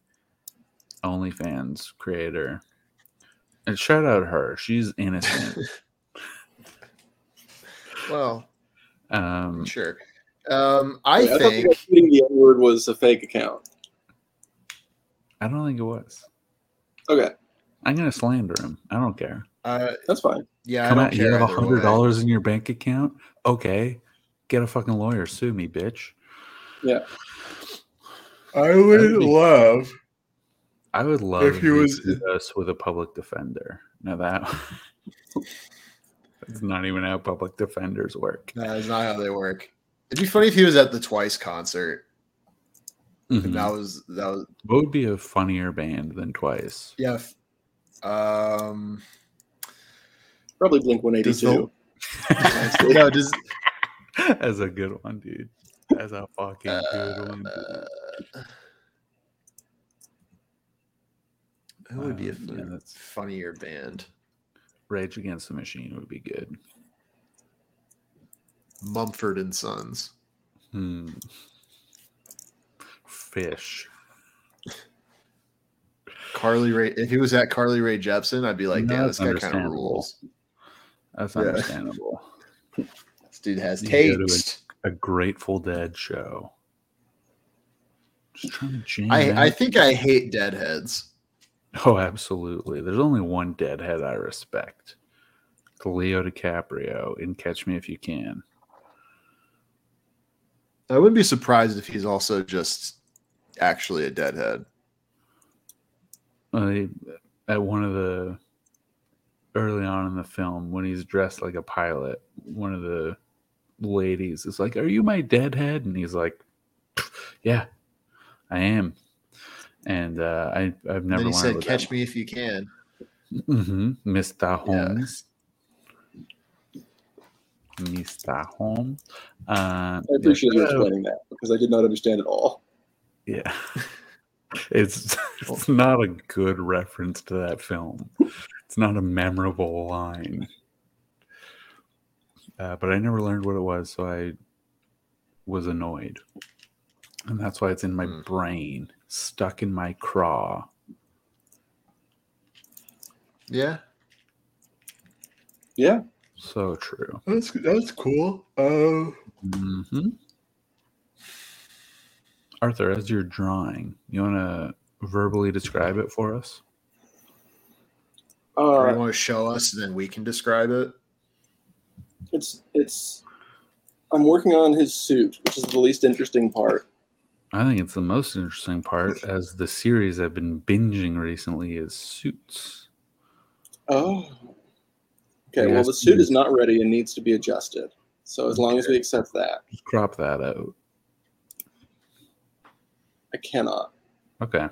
Speaker 2: OnlyFans creator. And shout out her. She's innocent.
Speaker 3: Well,
Speaker 2: Um,
Speaker 3: sure. Um, (laughs) I
Speaker 4: Wait, I thought the guy
Speaker 3: think
Speaker 4: tweeting the N word was a fake account.
Speaker 2: I don't think it was.
Speaker 4: Okay,
Speaker 2: I'm gonna slander him. I don't care.
Speaker 3: uh,
Speaker 4: that's fine.
Speaker 3: yeah,
Speaker 2: Come
Speaker 3: I
Speaker 2: out.
Speaker 3: don't
Speaker 2: You
Speaker 3: care
Speaker 2: have a
Speaker 3: either
Speaker 2: hundred
Speaker 3: way.
Speaker 2: dollars in your bank account. Okay, get a fucking lawyer. Sue me, bitch.
Speaker 6: I would love
Speaker 2: I would love
Speaker 6: If
Speaker 2: if
Speaker 6: he
Speaker 2: he
Speaker 6: was-
Speaker 2: did this with a public defender. Now that (laughs) that's not even how public defenders work.
Speaker 3: That is not how they work. It'd be funny if he was at the Twice concert.
Speaker 2: Mhm.
Speaker 3: And that was that was
Speaker 2: What would be a funnier band than Twice? (laughs)
Speaker 3: yeah. f- Um, (laughs)
Speaker 4: Probably Blink One Eighty
Speaker 3: Does the-
Speaker 4: Two.
Speaker 3: no, does
Speaker 2: That's a good one, dude. That's a fucking good one. dude.
Speaker 3: uh, who would be a
Speaker 2: Um, yeah,
Speaker 3: fun,
Speaker 2: that's-
Speaker 3: funnier band?
Speaker 2: Rage Against the Machine would be good.
Speaker 3: Mumford and Sons.
Speaker 2: Hmm. Fish.
Speaker 3: Carly Ray. If he was at Carly Ray Jepsen, I'd be like,
Speaker 2: No,
Speaker 3: damn,
Speaker 2: that's
Speaker 3: this guy kind of
Speaker 2: understandable.
Speaker 3: rules.
Speaker 2: That's
Speaker 3: Yeah.
Speaker 2: understandable.
Speaker 3: This dude has
Speaker 2: You go to a-
Speaker 3: taste.
Speaker 2: A Grateful Dead show. Just trying to jam. out. (laughs)
Speaker 3: I I think I hate Deadheads.
Speaker 2: oh, absolutely. There's only one Deadhead I respect. The Leo DiCaprio in Catch Me If You Can.
Speaker 3: I wouldn't be surprised if he's also just actually a Deadhead.
Speaker 2: I, Uh, at one of the early on in the film when he's dressed like a pilot, one of the ladies is like, "Are you my deadhead?" And he's like, "Yeah, I am." And uh, I I've
Speaker 3: And
Speaker 2: never
Speaker 3: then he
Speaker 2: wanted
Speaker 3: said, "Catch me if you can."
Speaker 2: hmm Mr.
Speaker 3: Yeah.
Speaker 2: Holmes. Mr. Holmes. Uh,
Speaker 4: I appreciate you
Speaker 2: yeah.
Speaker 4: explaining that because I did not understand at all.
Speaker 2: Yeah. (laughs) It's, it's not a good reference to that film. It's not a memorable line. Uh, but I never learned what it was, so I was annoyed. And that's why it's in my
Speaker 3: Hmm.
Speaker 2: brain, stuck in my craw.
Speaker 3: Yeah,
Speaker 4: Yeah,
Speaker 2: So true.
Speaker 6: that's that's cool. Uh,
Speaker 2: hmm Arthur, as you're drawing, you want to verbally describe it for us?
Speaker 3: or you
Speaker 4: uh,
Speaker 3: want to show us, and then we can describe it.
Speaker 4: it's it's. I'm working on his suit, which is the least interesting part.
Speaker 2: I think it's the most interesting
Speaker 4: (laughs)
Speaker 2: part, as the series I've been binging recently is Suits.
Speaker 4: Oh. Okay,
Speaker 2: Yeah,
Speaker 4: well,
Speaker 2: it's-
Speaker 4: the suit is not ready and needs to be adjusted. So as long as we accept that,
Speaker 2: Just crop that out.
Speaker 4: I cannot.
Speaker 2: Okay.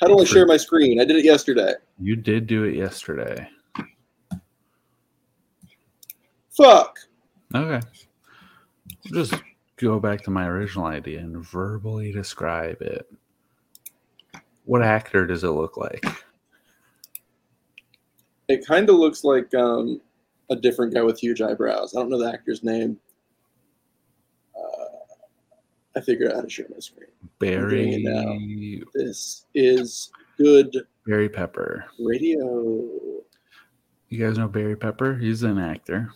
Speaker 4: How do I share my screen? I did it yesterday.
Speaker 2: You did do it yesterday.
Speaker 4: Fuck.
Speaker 2: Okay. I'll just go back to my original idea and verbally describe it. What actor does it look like?
Speaker 4: It kind of looks like um, a different guy with huge eyebrows. I don't know the actor's name. Uh, I figured out how to share my screen. doing it
Speaker 2: Barry
Speaker 4: This is good
Speaker 2: Barry Pepper.
Speaker 4: radio.
Speaker 2: You guys know Barry Pepper? He's an actor.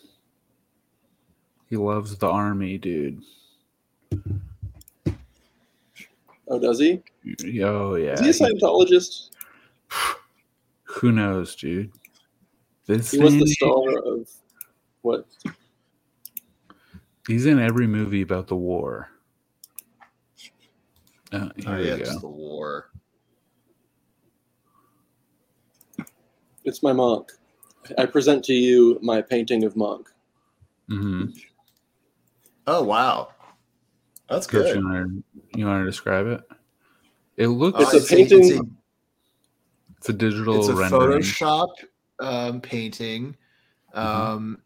Speaker 2: He loves the army, dude.
Speaker 4: Oh, does he?
Speaker 2: Oh yeah.
Speaker 4: Is he a Scientologist?
Speaker 2: Who knows, dude? This
Speaker 4: He was the
Speaker 2: man-
Speaker 4: star of what?
Speaker 2: He's in every movie about the war. Oh, here
Speaker 6: Oh,
Speaker 2: we
Speaker 6: yeah,
Speaker 2: go.
Speaker 6: it's the war.
Speaker 4: It's my monk. I present to you my painting of monk.
Speaker 2: hmm
Speaker 6: Oh wow, that's
Speaker 2: Coach,
Speaker 6: good.
Speaker 2: you want, to, you want to describe it? It looks.
Speaker 4: It's
Speaker 6: I
Speaker 4: a
Speaker 6: see-
Speaker 4: painting-
Speaker 6: It's a,
Speaker 2: It's a digital
Speaker 6: it's a
Speaker 2: rendering. Mm-hmm.
Speaker 3: Photoshop um, painting. Um,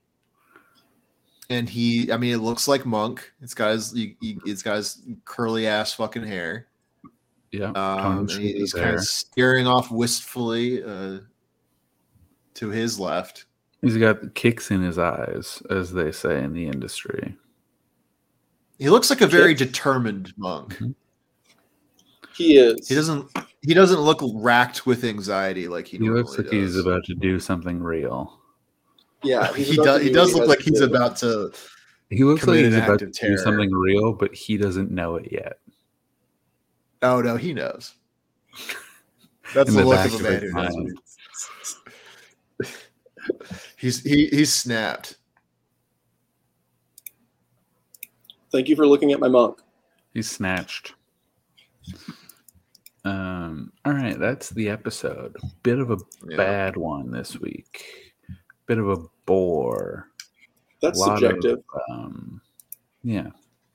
Speaker 3: And he, I mean, it looks like Monk. It's got his, he, he, it's got his curly ass fucking hair.
Speaker 2: Yeah. Tom
Speaker 3: Um, and he-
Speaker 2: Cruise
Speaker 3: he's
Speaker 2: is
Speaker 3: kind
Speaker 2: there.
Speaker 3: of staring off wistfully uh, to his left.
Speaker 2: He's got kicks in his eyes, as they say in the industry.
Speaker 3: He looks like a very determined monk.
Speaker 4: He is.
Speaker 3: He doesn't. He doesn't look racked with anxiety like he,
Speaker 2: He
Speaker 3: normally
Speaker 2: looks like
Speaker 3: does.
Speaker 2: he's about to do something real.
Speaker 4: Yeah, he's
Speaker 3: he
Speaker 4: about
Speaker 3: does.
Speaker 4: to
Speaker 3: He
Speaker 4: be-
Speaker 3: does look like he's
Speaker 4: about. to-
Speaker 3: about to.
Speaker 2: He looks like
Speaker 3: Committed
Speaker 2: he's
Speaker 3: an
Speaker 2: about
Speaker 3: act
Speaker 2: to
Speaker 3: of
Speaker 2: do
Speaker 3: terror.
Speaker 2: something real, but he doesn't know it yet.
Speaker 3: Oh no, he knows. That's
Speaker 2: In
Speaker 3: the,
Speaker 2: the
Speaker 3: look
Speaker 2: back
Speaker 3: of a
Speaker 2: of
Speaker 3: man who
Speaker 2: his
Speaker 3: knows.
Speaker 2: mind.
Speaker 3: He's he, he's snapped.
Speaker 4: Thank you for looking at my monk.
Speaker 2: He's snatched. Um. All right, that's the episode. Bit of a
Speaker 3: Yeah.
Speaker 2: bad one this week. Bit of a bore.
Speaker 4: That's
Speaker 2: Lot of-
Speaker 4: subjective.
Speaker 2: Um. Yeah,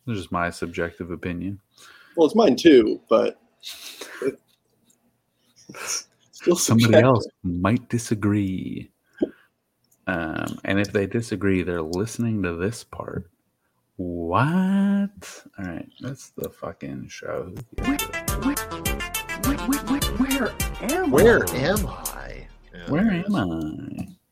Speaker 2: this is my subjective opinion.
Speaker 4: Well, it's mine too, but it- still
Speaker 2: Somebody
Speaker 4: subjective.
Speaker 2: else might disagree. Um, and if they disagree, they're listening to this part. What? All right, that's the fucking show. Who gives a-
Speaker 3: Where am I? Yeah.
Speaker 2: Where am I?